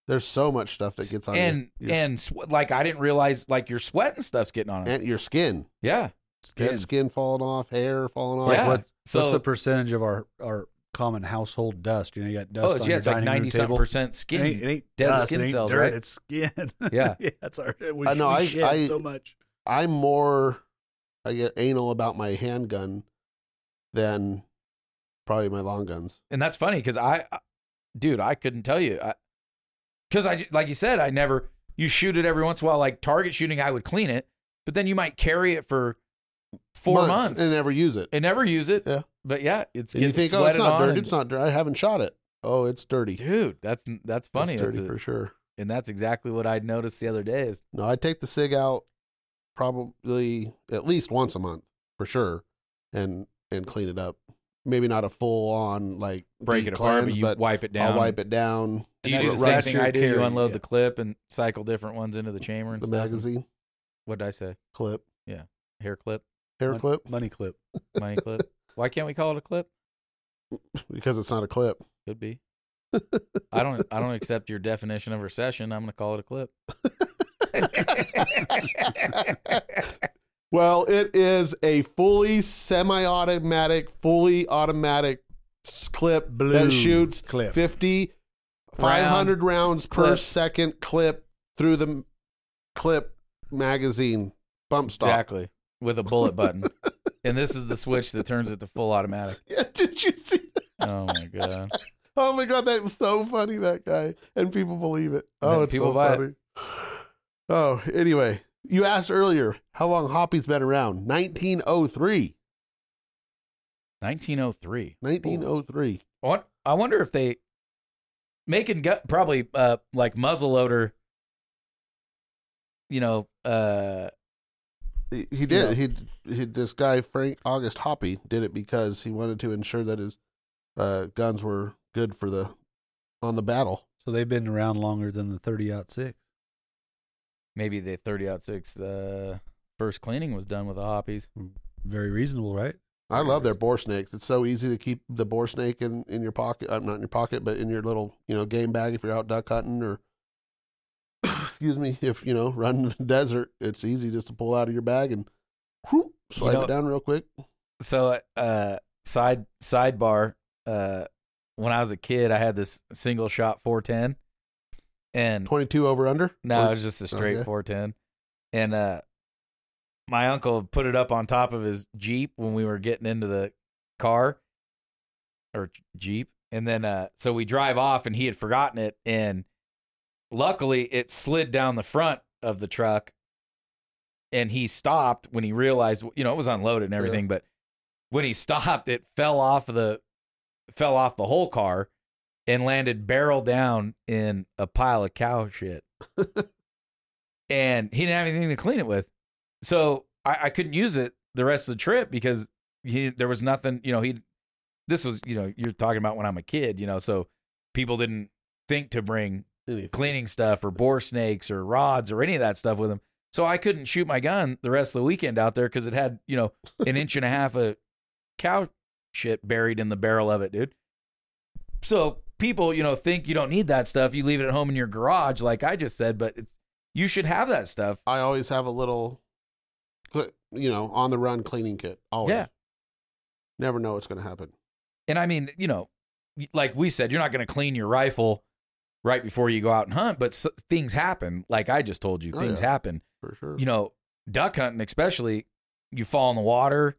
Speaker 3: there's so much stuff that gets on you.
Speaker 1: and
Speaker 3: Your s-
Speaker 1: and swe- like I didn't realize like your sweat and stuff's getting on it.
Speaker 3: and your skin.
Speaker 1: yeah,
Speaker 3: Skin. skin falling off, hair falling off.
Speaker 2: like
Speaker 1: yeah.
Speaker 2: what-
Speaker 1: so
Speaker 2: What's the percentage of our our common household dust? You know, you got
Speaker 1: oh
Speaker 2: dust.
Speaker 1: it's-
Speaker 2: on
Speaker 1: yeah,
Speaker 2: your
Speaker 1: it's like
Speaker 2: dining room
Speaker 1: ninety something
Speaker 2: table.
Speaker 1: percent skin.
Speaker 2: It ain't, it ain't
Speaker 1: dead
Speaker 2: dust,
Speaker 1: skin
Speaker 2: it ain't
Speaker 1: cells,
Speaker 2: dirt,
Speaker 1: right?
Speaker 2: It's skin.
Speaker 1: Yeah.
Speaker 2: yeah, it's our. We,
Speaker 3: I know,
Speaker 2: we
Speaker 3: I-
Speaker 2: shed
Speaker 3: I-
Speaker 2: so much.
Speaker 3: I'm more I get anal about my handgun than probably my long guns.
Speaker 1: and that's funny because I, I- dude, I couldn't tell you, because I, like you said, I never you shoot it every once in a while, like target shooting, I would clean it, but then you might carry it for four months,
Speaker 3: and never use it.
Speaker 1: and never use it.
Speaker 3: Yeah.
Speaker 1: But yeah, it's
Speaker 3: And you
Speaker 1: getting
Speaker 3: think, oh, it's
Speaker 1: sweated
Speaker 3: not
Speaker 1: on.
Speaker 3: dirty.
Speaker 1: and-
Speaker 3: It's not dirty. I haven't shot it. Oh, it's dirty.
Speaker 1: dude, that's that's funny.
Speaker 3: It's
Speaker 1: That's
Speaker 3: dirty
Speaker 1: a-
Speaker 3: for sure.
Speaker 1: and that's exactly what I'd noticed the other day. Is
Speaker 3: No, I take the sig out probably at least once a month for sure, and and clean it up. Maybe not a full on like
Speaker 1: break it
Speaker 3: deep
Speaker 1: apart,
Speaker 3: cleanse,
Speaker 1: but you wipe it down.
Speaker 3: I'll wipe it down.
Speaker 1: Do you
Speaker 2: And
Speaker 1: do the
Speaker 2: that's- that's
Speaker 1: same thing
Speaker 2: your
Speaker 1: I do?
Speaker 2: carry,
Speaker 1: you unload
Speaker 2: yeah.
Speaker 1: the clip and cycle different ones into the chamber and
Speaker 3: The
Speaker 1: stuff?
Speaker 3: magazine
Speaker 1: What did I say?
Speaker 3: clip,
Speaker 1: Hair clip,
Speaker 3: hair
Speaker 2: Mon-
Speaker 3: clip,
Speaker 2: money clip.
Speaker 1: money clip. Why can't we call it a clip?
Speaker 3: because it's not a clip.
Speaker 1: Could be. I don't I don't accept your definition of recession. I'm gonna call it a clip.
Speaker 3: well, it is a fully semi-automatic, fully automatic s- clip that shoots
Speaker 2: clip.
Speaker 3: 50 500 rounds per
Speaker 1: clip.
Speaker 3: second clip through the m- clip magazine bump stock.
Speaker 1: Exactly. With a bullet button. and this is the switch that turns it to full automatic.
Speaker 3: Yeah, did you see
Speaker 1: Oh my god.
Speaker 3: Oh my god, that's so funny, that guy. And people believe it. Oh,
Speaker 1: Yeah,
Speaker 3: it's
Speaker 1: people
Speaker 3: so
Speaker 1: buy it.
Speaker 3: funny. Oh, anyway, you asked earlier how long Hoppy's been around. 1903.
Speaker 1: 1903.
Speaker 3: 1903.
Speaker 1: I won- I wonder if they making gu- probably uh, like muzzle loader. You know, uh,
Speaker 3: He, he did.
Speaker 1: Yeah.
Speaker 3: He, he this guy Frank August Hoppy did it because he wanted to ensure that his uh, guns were good for the on the battle.
Speaker 2: So they've been around longer than the 30 out six.
Speaker 1: maybe the 30 out six uh, first cleaning was done with the hoppies.
Speaker 2: Very reasonable, right?
Speaker 3: I love their boar snakes. It's so easy to keep the boar snake in, in your pocket. Uh, not in your pocket, but in your little, you know, game bag if you're out duck hunting or, excuse me, if, you know, running the desert. It's easy just to pull out of your bag and whoop, slide
Speaker 1: know-
Speaker 3: it down real quick.
Speaker 1: So, uh, side sidebar. Uh, when I was a kid, I had this single shot 410, and
Speaker 3: 22 over under?
Speaker 1: No,
Speaker 3: Or-
Speaker 1: it was just a straight
Speaker 3: okay.
Speaker 1: 410. And uh my uncle put it up on top of his Jeep when we were getting into the car or Jeep. And then uh so we drive off and he had forgotten it and luckily it slid down the front of the truck and he stopped when he realized you know it was unloaded and everything but when he stopped it fell off the fell off the whole car and landed barrel down in a pile of cow shit and he didn't have anything to clean it with so I, I couldn't use it the rest of the trip because he there was nothing you know he this was you know you're talking about when i'm a kid you know so people didn't think to bring
Speaker 3: Anything.
Speaker 1: cleaning stuff or boar snakes or rods or any of that stuff with them. So I couldn't shoot my gun the rest of the weekend out there because it had, you know, an inch and a half of cow shit buried in the barrel of it, dude. So people, you know, think you don't need that stuff. You leave it at home in your garage, like I just said, but it's, you should have that stuff.
Speaker 3: I always have a little, cl- you know, on the run cleaning kit. Always.
Speaker 1: Yeah.
Speaker 3: Never know what's going to happen.
Speaker 1: And I mean, you know, like we said, you're not going to clean your rifle right before you go out and hunt, but s things happen. Like I just told you,
Speaker 3: Oh,
Speaker 1: things
Speaker 3: yeah.
Speaker 1: happen.
Speaker 3: For sure.
Speaker 1: you know, duck hunting, especially, you fall in the water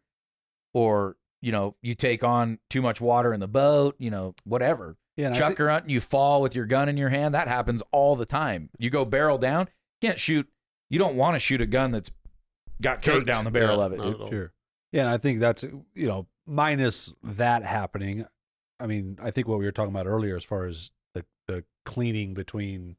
Speaker 1: or, you know, you take on too much water in the boat, you know, whatever.
Speaker 2: Yeah. and I thi-
Speaker 1: Chucker hunting, you fall with your gun in your hand. That happens all the time. You go barrel down, can't shoot. You don't want to shoot a gun that's got coat
Speaker 3: Caked.
Speaker 1: down the barrel
Speaker 3: Yeah,
Speaker 1: of it.
Speaker 3: not
Speaker 1: dude.
Speaker 3: at all.
Speaker 2: Sure. Yeah, and I think that's you know minus that happening. I mean, I think what we were talking about earlier, as far as the the cleaning between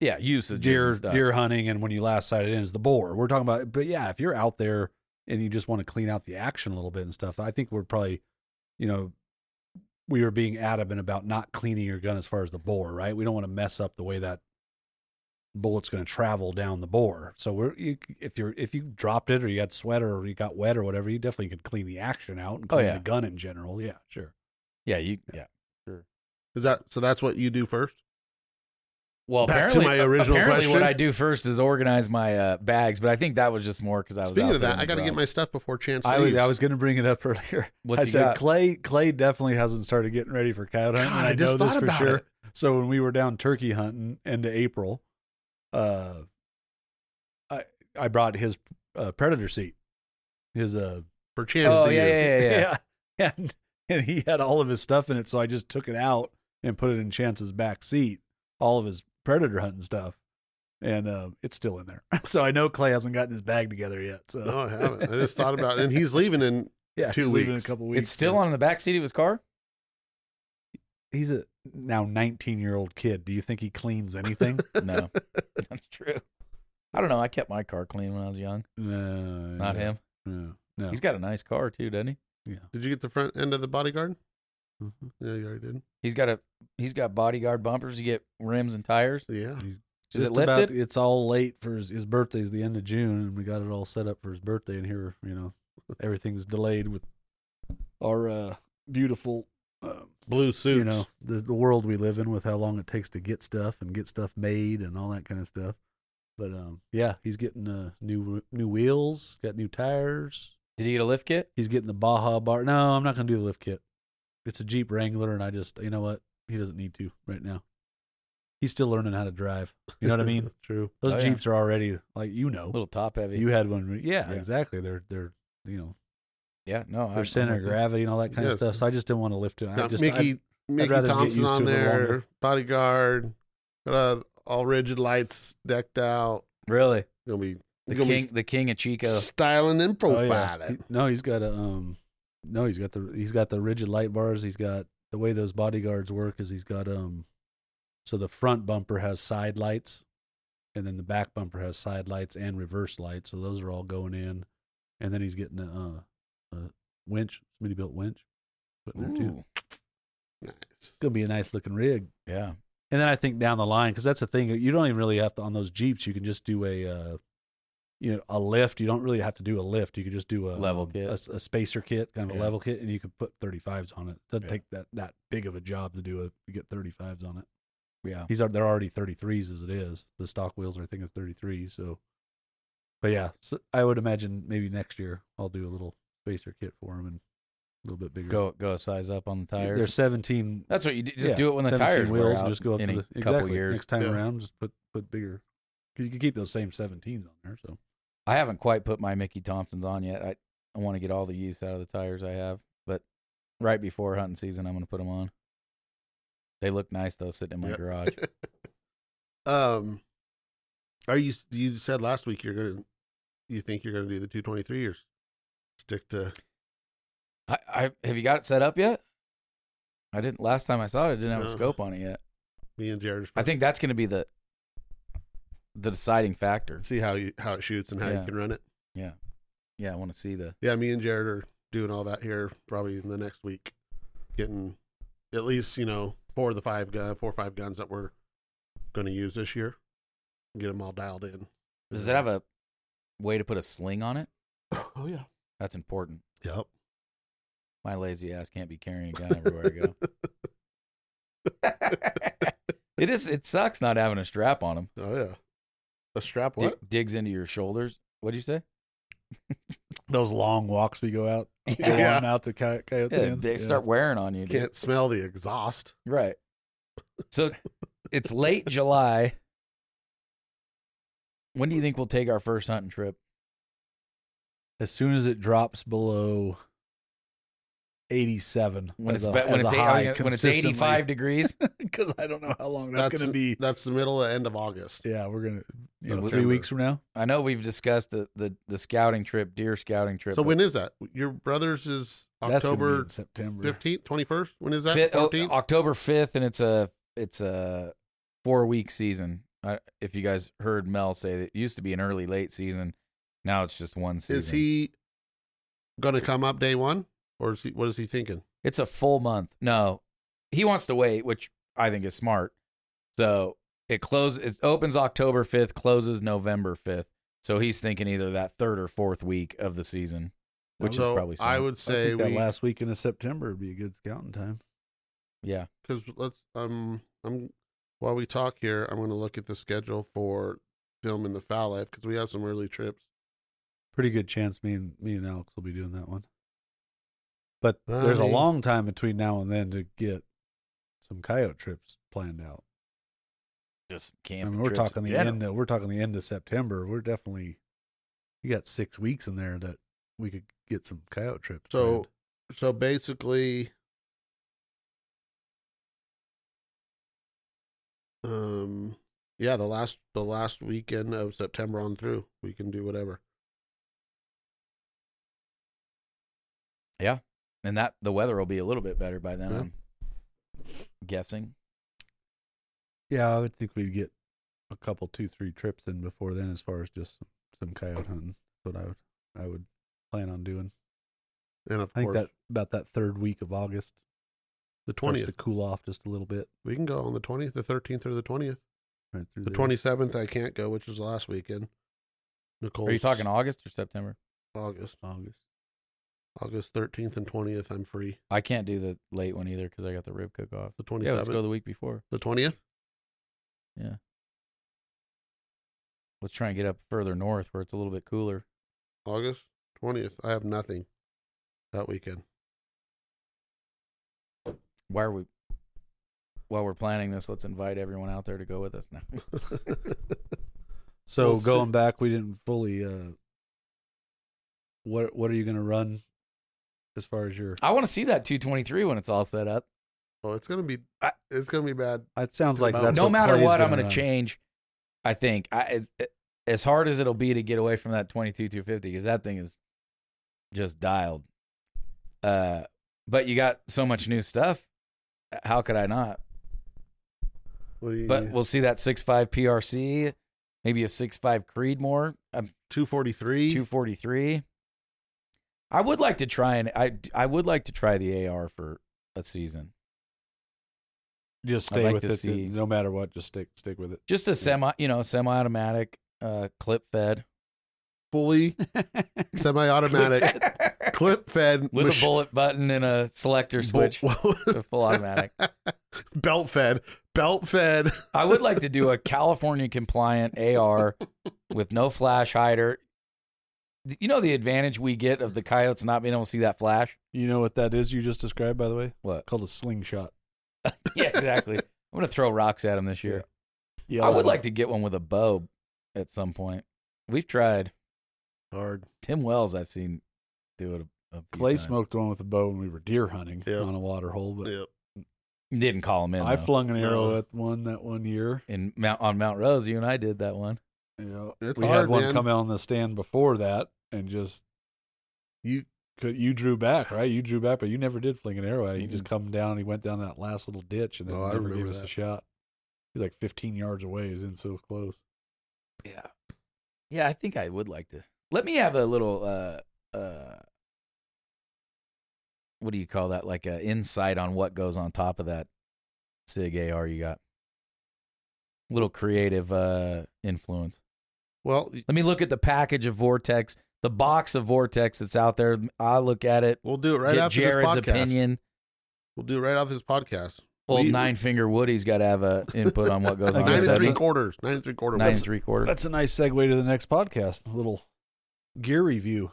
Speaker 1: Yeah, usages.
Speaker 2: deer
Speaker 1: and stuff.
Speaker 2: deer hunting and when you last sighted in is the boar. We're talking about, but yeah, if you're out there and you just want to clean out the action a little bit and stuff, I think we're probably, you know, we were being adamant about not cleaning your gun as far as the bore, right? We don't want to mess up the way that bullet's going to travel down the bore. So we're you, if you're if you dropped it or you got sweat or you got wet or whatever, you definitely could clean the action out and
Speaker 1: Oh,
Speaker 2: clean
Speaker 1: yeah.
Speaker 2: the gun in general. Yeah, sure.
Speaker 1: Yeah, you. Yeah.
Speaker 3: Is that, so that's what you do first?
Speaker 1: Well,
Speaker 3: Back to
Speaker 1: apparently,
Speaker 3: my original
Speaker 1: apparently what
Speaker 3: question.
Speaker 1: I do first is organize my uh, bags, but I think that was just more because I was.
Speaker 3: Speaking
Speaker 1: out
Speaker 3: of
Speaker 1: there
Speaker 3: that,
Speaker 1: in the
Speaker 3: I got to get
Speaker 1: garage.
Speaker 3: my stuff before Chance
Speaker 2: I was,
Speaker 3: leaves.
Speaker 2: I was going to bring it up earlier.
Speaker 1: What
Speaker 2: I
Speaker 1: you
Speaker 2: said
Speaker 1: got?
Speaker 2: Clay. Clay definitely hasn't started getting ready for coyote hunting.
Speaker 3: God,
Speaker 2: and
Speaker 3: I
Speaker 2: I,
Speaker 3: just
Speaker 2: know this
Speaker 3: thought
Speaker 2: for
Speaker 3: about
Speaker 2: sure.
Speaker 3: it.
Speaker 2: So when we were down turkey hunting into April, uh, I I brought his uh, predator seat, his uh,
Speaker 3: for Chance
Speaker 1: Oh
Speaker 3: to
Speaker 1: yeah,
Speaker 3: use.
Speaker 1: yeah, yeah, yeah.
Speaker 2: yeah, and and he had all of his stuff in it, so I just took it out and put it in Chance's back seat, all of his predator hunting stuff, and uh, it's still in there. So I know Clay hasn't gotten his bag together yet. So
Speaker 3: No, I haven't. I just thought about it. And he's leaving in
Speaker 2: yeah,
Speaker 3: two
Speaker 2: he's leaving in
Speaker 3: weeks.
Speaker 2: a couple weeks.
Speaker 1: It's still
Speaker 2: so-
Speaker 1: on the back seat of his car.
Speaker 2: he's a now 19 year old kid. Do you think he cleans anything?
Speaker 1: No, that's true. I don't know. I kept my car clean when I was young.
Speaker 2: no,
Speaker 1: Not him.
Speaker 2: No, no.
Speaker 1: He's got a nice car too, doesn't he?
Speaker 3: Did you get the front end of the bodyguard?
Speaker 2: Mhm.
Speaker 3: Yeah, you already did.
Speaker 1: He's got a he's got bodyguard bumpers. You get rims and tires.
Speaker 3: Yeah.
Speaker 1: Is it
Speaker 2: Just about-
Speaker 1: lifted?
Speaker 2: it's all late for his, his birthday's the end of June, and we got it all set up for his birthday. And here, you know, everything's delayed with our uh, beautiful uh,
Speaker 3: blue suits.
Speaker 2: you know the, the world we live in with how long it takes to get stuff and get stuff made and all that kind of stuff but um yeah he's getting uh new new wheels got new tires
Speaker 1: Did he get a lift kit?
Speaker 2: he's getting the baja bar no i'm not gonna do the lift kit it's a jeep wrangler and i just you know what he doesn't need to right now he's still learning how to drive you know what i mean
Speaker 3: True.
Speaker 2: those
Speaker 1: Oh, yeah.
Speaker 2: jeeps are already like you
Speaker 1: A
Speaker 2: know
Speaker 1: little top heavy.
Speaker 2: you had one re- yeah,
Speaker 1: Yeah.
Speaker 2: exactly they're they're you know
Speaker 1: yeah, no,
Speaker 2: their center of gravity and all that kind
Speaker 3: Yes.
Speaker 2: of stuff so i just didn't want to lift it i
Speaker 3: Now,
Speaker 2: just I-
Speaker 3: Mickey Mickey
Speaker 2: rather get
Speaker 3: Thompson
Speaker 2: used to
Speaker 3: on
Speaker 2: it a little
Speaker 3: there,
Speaker 2: longer.
Speaker 3: bodyguard, got uh, all rigid lights decked out.
Speaker 1: Really,
Speaker 3: Gonna be
Speaker 1: the
Speaker 3: gonna
Speaker 1: king, the king of
Speaker 3: be
Speaker 1: Chico.
Speaker 3: styling and
Speaker 2: uh, Oh, yeah.
Speaker 3: profiling.
Speaker 2: He- no, he's got a um no, he's got the he's got the rigid light bars, he's got the way those bodyguards work is he's got um so the front bumper has side lights and then the back bumper has side lights and reverse lights, so those are all going in. And then he's getting a uh a winch, mini built winch. Putting there too.
Speaker 1: Ooh,
Speaker 3: Nice.
Speaker 2: It's gonna be a nice looking rig.
Speaker 1: yeah,
Speaker 2: And then I think down the line, because that's the thing, you don't even really have to on those Jeeps, you can just do a uh you know, a lift. You don't really have to do a lift. You could just do a
Speaker 1: Level
Speaker 2: um,
Speaker 1: kit.
Speaker 2: a, s- a spacer kit, kind of a
Speaker 1: Yeah.
Speaker 2: level kit, and you could put 35s on it. Doesn't
Speaker 1: Yeah.
Speaker 2: take that that big of a job to do a to get 35s on it.
Speaker 1: yeah.
Speaker 2: These are they're already 33s as it is. The stock wheels are I think of 33. So, but yeah, so I would imagine maybe next year I'll do a little spacer kit for them and a little bit bigger.
Speaker 1: Go go a size up on the tires.
Speaker 2: They're 17
Speaker 1: That's what you do. Just
Speaker 2: yeah,
Speaker 1: do it when the
Speaker 2: 17
Speaker 1: tires
Speaker 2: wheels
Speaker 1: wear
Speaker 2: and
Speaker 1: out.
Speaker 2: just go up
Speaker 1: in
Speaker 2: to
Speaker 1: a
Speaker 2: the,
Speaker 1: couple
Speaker 2: exactly.
Speaker 1: years.
Speaker 2: next time
Speaker 3: Yeah.
Speaker 2: around just put put bigger 'Cause you can keep those same 17s on there so
Speaker 1: I haven't quite put my Mickey Thompsons on yet. I I want to get all the use out of the tires I have, but right before hunting season, I'm going to put them on. They look nice though, sitting in my
Speaker 3: Yeah.
Speaker 1: garage.
Speaker 3: um, are you? You said last week you're gonna. You think you're gonna do the 223 or stick to?
Speaker 1: I, I have you got it set up yet? I didn't last time I saw it. I didn't have a
Speaker 3: No.
Speaker 1: scope on it yet.
Speaker 3: Me and Jared. are
Speaker 1: I
Speaker 3: supposed
Speaker 1: think that's going to be the the deciding factor.
Speaker 3: to see how you how it shoots and how
Speaker 1: Yeah.
Speaker 3: you can run it.
Speaker 1: Yeah, I want to see the
Speaker 3: Yeah, me and Jared are doing all that here probably in the next week, getting at least you know four of the five gun four or five guns that we're going to use this year. Get them all dialed in.
Speaker 1: Does it have a way to put a sling on it?
Speaker 3: Oh yeah.
Speaker 1: That's important.
Speaker 3: Yep.
Speaker 1: My lazy ass can't be carrying a gun everywhere I go. it is. It sucks not having a strap on them.
Speaker 3: Oh yeah. A strap
Speaker 1: Dig,
Speaker 3: what?
Speaker 1: digs into your shoulders. What'd you say?
Speaker 2: those long walks we go out
Speaker 3: Yeah.
Speaker 2: go on out to coy- coyote
Speaker 1: Yeah,
Speaker 2: stands.
Speaker 1: they
Speaker 2: Yeah.
Speaker 1: start wearing on you. dude.
Speaker 3: Can't smell the exhaust.
Speaker 1: Right. So it's late July. When do you think we'll take our first hunting trip?
Speaker 2: as soon as it drops below 87
Speaker 1: When
Speaker 2: as
Speaker 1: it's
Speaker 2: a-
Speaker 1: be- when
Speaker 2: as
Speaker 1: it's
Speaker 2: a
Speaker 1: eight- oh,
Speaker 2: high
Speaker 1: when it's 85 degrees.
Speaker 2: because i don't know how long that's,
Speaker 3: That's,
Speaker 2: gonna be
Speaker 3: That's the middle of end of August.
Speaker 2: yeah we're gonna you know,
Speaker 1: November.
Speaker 2: three weeks from now
Speaker 1: I know we've discussed the, the the scouting trip, deer scouting trip.
Speaker 3: So
Speaker 1: but
Speaker 3: when is that? Your brother's is
Speaker 2: that's gonna be
Speaker 3: October
Speaker 2: in september
Speaker 3: fifteenth, twenty first. When is
Speaker 1: fifth-
Speaker 3: that?
Speaker 1: oh,
Speaker 3: Fourteenth.
Speaker 1: October 5th and it's a it's a 4 week season. I, if you guys heard Mel say that it used to be an early late season, now it's just one season.
Speaker 3: Is he going to come up day one, or is he? What is he thinking?
Speaker 1: It's a full month. No, he wants to wait, which I think is smart. So it closes. It opens October fifth, closes November fifth. So he's thinking either that third or fourth week of the season, which
Speaker 3: so
Speaker 1: is probably smart.
Speaker 3: I would
Speaker 2: I
Speaker 3: say
Speaker 2: think that
Speaker 3: we
Speaker 2: last week in september would be a good scouting time
Speaker 1: yeah.
Speaker 3: because let's um I'm while we talk here, I'm going to look at the schedule for filming the foul life because we have some early trips.
Speaker 2: pretty good chance me and me and Alex will be doing that one. But there's a
Speaker 3: Right.
Speaker 2: long time between now and then to get some coyote trips planned out.
Speaker 1: Just
Speaker 2: I
Speaker 1: camping.
Speaker 2: mean, we're
Speaker 1: trips
Speaker 2: talking
Speaker 1: in
Speaker 2: the
Speaker 1: general.
Speaker 2: end. Of, we're talking the end of September. We're definitely you got six weeks in there that we could get some coyote trips.
Speaker 3: So
Speaker 2: planned.
Speaker 3: so basically, um yeah, the last the last weekend of September on through, we can do whatever.
Speaker 1: and that the weather will be a little bit better by then.
Speaker 3: Yeah.
Speaker 1: I'm guessing.
Speaker 2: yeah, I would think we'd get a couple, two, three trips in before then, as far as just some, some coyote hunting. That's what I would I would plan on doing.
Speaker 3: And of
Speaker 2: I think
Speaker 3: course,
Speaker 2: that about that third week of August
Speaker 3: the
Speaker 2: starts to
Speaker 3: twentieth,
Speaker 2: cool off just a little bit.
Speaker 3: we can go on the twentieth, the thirteenth, or the twentieth.
Speaker 2: Right through
Speaker 3: The
Speaker 2: there.
Speaker 3: twenty seventh, I can't go, which is the last weekend. Nicole,
Speaker 1: Are you talking August or September?
Speaker 3: August?
Speaker 2: August.
Speaker 3: August 13th and 20th, I'm free.
Speaker 1: I can't do the late one either because I got the rib cook off.
Speaker 3: The
Speaker 1: Yeah, let's
Speaker 3: 27th,
Speaker 1: go the week before.
Speaker 3: the 20th.
Speaker 1: Let's try and get up further north where it's a little bit cooler.
Speaker 3: August 20th. I have nothing that weekend.
Speaker 1: Why are we? While we're planning this, let's invite everyone out there to go with us now.
Speaker 2: So
Speaker 3: We'll see.
Speaker 2: going back, we didn't fully. uh What What are you going to run, as far as your?
Speaker 1: I want to see that 223 when it's all set up.
Speaker 3: oh, it's gonna be
Speaker 1: I-
Speaker 3: it's gonna be bad.
Speaker 2: It sounds
Speaker 3: It's
Speaker 2: like
Speaker 3: about-
Speaker 2: that's
Speaker 1: no
Speaker 2: what
Speaker 1: matter
Speaker 2: Clay's
Speaker 1: what, I'm
Speaker 2: gonna
Speaker 1: going to
Speaker 2: run.
Speaker 1: change. I think I as, as hard as it'll be to get away from that 22 250 because that thing is just dialed. Uh, but you got so much new stuff. How could I not?
Speaker 3: What do you?
Speaker 1: But we'll see that 6.5 PRC, maybe a 6.5 Creedmoor, a
Speaker 3: 243.
Speaker 1: 243. I would like to try and I I would like to try the AR for a season.
Speaker 2: Just
Speaker 1: I'd
Speaker 2: stay
Speaker 1: like
Speaker 2: with
Speaker 1: to
Speaker 2: it.
Speaker 1: see-
Speaker 2: No matter what, just stick stick with it.
Speaker 1: Just a semi, you know, semi-automatic uh clip fed.
Speaker 3: fully semi-automatic, clip-fed
Speaker 1: with
Speaker 3: mach-
Speaker 1: a bullet button and a selector switch. a full automatic.
Speaker 3: belt-fed, belt-fed.
Speaker 1: I would like to do a California compliant AR with no flash hider. You know the advantage we get of the coyotes not being able to see that flash?
Speaker 2: you know what that is? You just described, by the way,
Speaker 1: What?
Speaker 2: called a slingshot.
Speaker 1: Yeah, exactly. I'm going to throw rocks at them this year.
Speaker 2: Yeah,
Speaker 1: I would like to get one with a bow at some point. We've tried.
Speaker 3: Hard.
Speaker 1: Tim Wells, I've seen do it a, a few
Speaker 2: Clay
Speaker 1: times.
Speaker 2: smoked one with a bow when we were deer hunting
Speaker 3: Yeah.
Speaker 2: on a water hole, but
Speaker 3: Yep.
Speaker 1: Didn't call him in.
Speaker 2: I
Speaker 1: though.
Speaker 2: flung an arrow
Speaker 3: No.
Speaker 2: at one that one year.
Speaker 1: in Mount on Mount Rose, you and I did that one.
Speaker 2: You know,
Speaker 3: It's
Speaker 2: we
Speaker 3: hard,
Speaker 2: had one
Speaker 3: man.
Speaker 2: come out on the stand before that, and just
Speaker 3: You
Speaker 2: could you drew back, right? You drew back, but you never did fling an arrow at it. You just come down. and He went down that last little ditch, and then
Speaker 3: Oh, I
Speaker 2: never gave
Speaker 3: remember
Speaker 2: us a
Speaker 3: that.
Speaker 2: shot. He's like 15 yards away. He's in so close.
Speaker 1: Yeah. Yeah, I think I would like to. Let me have a little uh uh what do you call that? Like a insight on what goes on top of that SIG AR you got. Little creative uh influence.
Speaker 3: well,
Speaker 1: Let me look at the package of Vortex, the box of Vortex that's out there. I look at it,
Speaker 3: we'll do it right
Speaker 1: get
Speaker 3: after
Speaker 1: Jared's
Speaker 3: this podcast.
Speaker 1: opinion.
Speaker 3: We'll do it right after this podcast.
Speaker 1: Old
Speaker 3: We-
Speaker 1: nine finger Woody's got to have a input on what goes
Speaker 2: I
Speaker 1: on.
Speaker 3: Nine
Speaker 2: guess
Speaker 3: and
Speaker 1: That's
Speaker 2: that's
Speaker 3: three
Speaker 2: it.
Speaker 3: quarters. Nine and three quarters.
Speaker 1: nine and three quarter.
Speaker 2: That's a nice segue to the next podcast. A little gear review.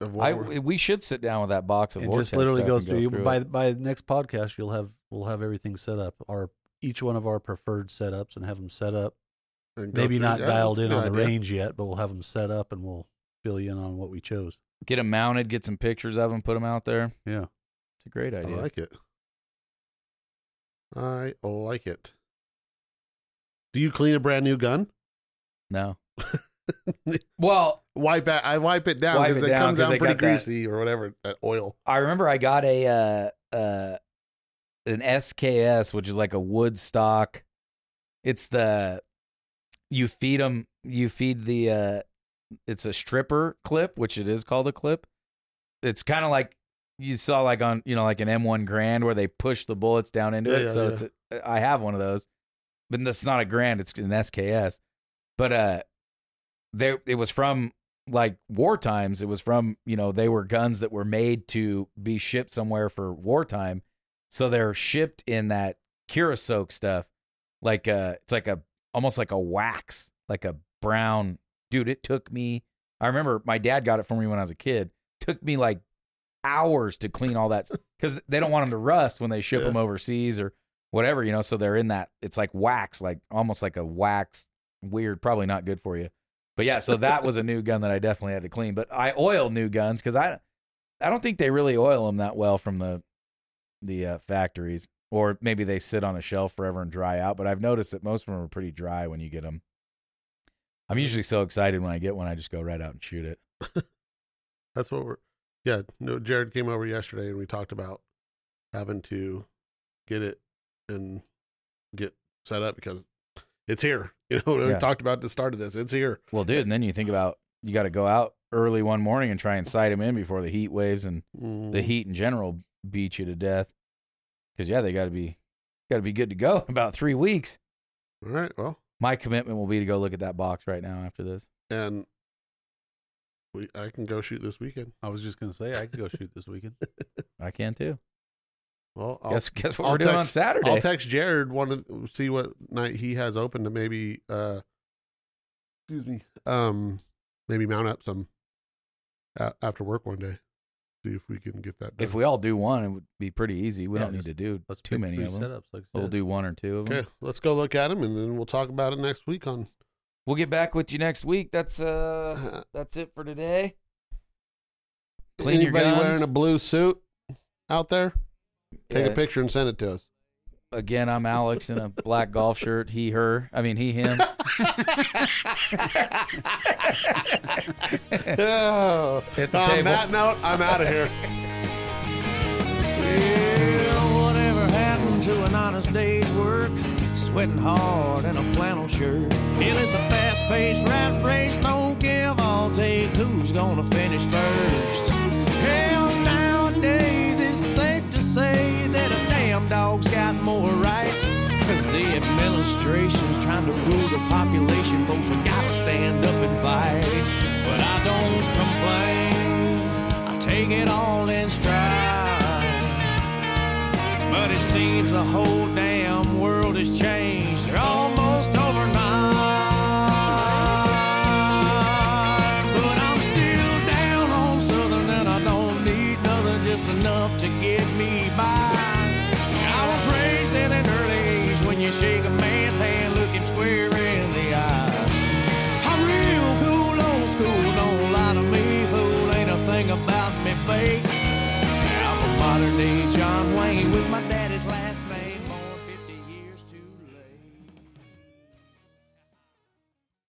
Speaker 3: Of what
Speaker 1: I,
Speaker 3: we're-
Speaker 1: we should sit down with that box of
Speaker 2: and
Speaker 1: Vortex
Speaker 2: just literally
Speaker 1: stuff
Speaker 2: go
Speaker 1: and
Speaker 2: through. you
Speaker 1: it.
Speaker 2: by by the next podcast, you'll have we'll have everything set up. Our each one of our preferred setups and have them set up.
Speaker 3: and go
Speaker 2: Maybe
Speaker 3: through.
Speaker 2: not
Speaker 3: Yeah,
Speaker 2: dialed
Speaker 3: that's
Speaker 2: in
Speaker 3: a
Speaker 2: on
Speaker 3: good
Speaker 2: the
Speaker 3: idea.
Speaker 2: range yet, but we'll have them set up and we'll fill you in on what we chose.
Speaker 1: get them mounted, get some pictures of them, put them out there.
Speaker 2: Yeah,
Speaker 1: It's a great
Speaker 3: I
Speaker 1: idea.
Speaker 3: like it. I like it. Do you clean a brand new gun?
Speaker 1: no. well,
Speaker 3: Wipe it. I wipe it down
Speaker 1: Wipe
Speaker 3: because
Speaker 1: it
Speaker 3: it,
Speaker 1: down
Speaker 3: comes
Speaker 1: 'cause
Speaker 3: down
Speaker 1: it
Speaker 3: pretty
Speaker 1: got that-
Speaker 3: greasy or whatever that oil.
Speaker 1: I remember I got a uh uh an SKS, which is like a wood stock. It's the you feed them you feed the uh it's a stripper clip, which it is called a clip. It's kind of like you saw like on you know like an M1 Grand where they push the bullets down into
Speaker 3: Yeah,
Speaker 1: it.
Speaker 3: yeah,
Speaker 1: so
Speaker 3: yeah.
Speaker 1: it's a, I have one of those, but that's not a Grand. It's an SKS. But uh, there it was from like war times. It was from you know they were guns that were made to be shipped somewhere for wartime, so they're shipped in that Curacao stuff. Like uh, it's like a almost like a wax, like a brown dude. It took me. I remember my dad got it for me when I was a kid. Took me like hours to clean all that because they don't want them to rust when they ship
Speaker 3: Yeah.
Speaker 1: them overseas or whatever, you know. So they're in that. It's like wax, like almost like a wax. Weird, probably not good for you. But yeah, so that was a new gun that I definitely had to clean. But I oil new guns because I, I don't think they really oil them that well from the, the uh, factories. Or maybe they sit on a shelf forever and dry out. But I've noticed that most of them are pretty dry when you get them. I'm usually so excited when I get one, I just go right out and shoot it.
Speaker 3: That's what we're. Yeah, no. Jared came over yesterday and we talked about having to get it and get set up because it's here. You know, we
Speaker 1: Yeah.
Speaker 3: talked about at the start of this. It's here.
Speaker 1: Well, dude, and then you think about you got to go out early one morning and try and sight them in before the heat waves and
Speaker 3: Mm.
Speaker 1: the
Speaker 3: Mm-hmm.
Speaker 1: heat in general beat you to death. Because yeah, they got to be got to be good to go in about three weeks.
Speaker 3: All right. Well,
Speaker 1: My commitment will be to go look at that box right now after this.
Speaker 3: and We, I can go shoot this weekend.
Speaker 2: I was just gonna say I could go shoot this weekend.
Speaker 1: I can too.
Speaker 3: Well, I'll,
Speaker 1: guess guess what
Speaker 3: I'll
Speaker 1: we're doing on
Speaker 3: text-
Speaker 1: Saturday?
Speaker 3: I'll text Jared one of- see what night he has open to maybe uh excuse me. Um maybe mount up some a- after work one day. See if we can get that done.
Speaker 1: if we all do one, it would be pretty easy. We
Speaker 2: Yeah,
Speaker 1: don't need
Speaker 2: just-
Speaker 1: to do
Speaker 2: Let's
Speaker 1: too
Speaker 2: pick
Speaker 1: many
Speaker 2: three
Speaker 1: of them.
Speaker 2: setups. Like I
Speaker 1: We'll
Speaker 2: said.
Speaker 1: do one or two of them.
Speaker 3: okay, let's go look at him and then we'll talk about it next week on
Speaker 1: We'll get back with you next week. That's uh
Speaker 3: uh,
Speaker 1: that's it for today. Clean your
Speaker 3: anybody
Speaker 1: guns.
Speaker 3: wearing a blue suit out there. Take
Speaker 1: Yeah.
Speaker 3: a picture and send it to us.
Speaker 1: Again, I'm Alex in a black golf shirt. He, her. I mean, he, him.
Speaker 3: Oh.
Speaker 1: Hit the
Speaker 3: On
Speaker 1: table.
Speaker 3: that note, I'm out of here.
Speaker 4: Well, whatever happened to an honest day's work? Sweating hard in a flannel shirt. It is a fast paced rat race. Don't give, all take. Who's gonna finish first? Hell, nowadays it's safe to say that a damn dog's got more rights. Cause the administration's trying to rule the population. Folks, we gotta stand up and fight. But I don't complain. I take it all in stride. But it seems the whole damn world has changed. They're all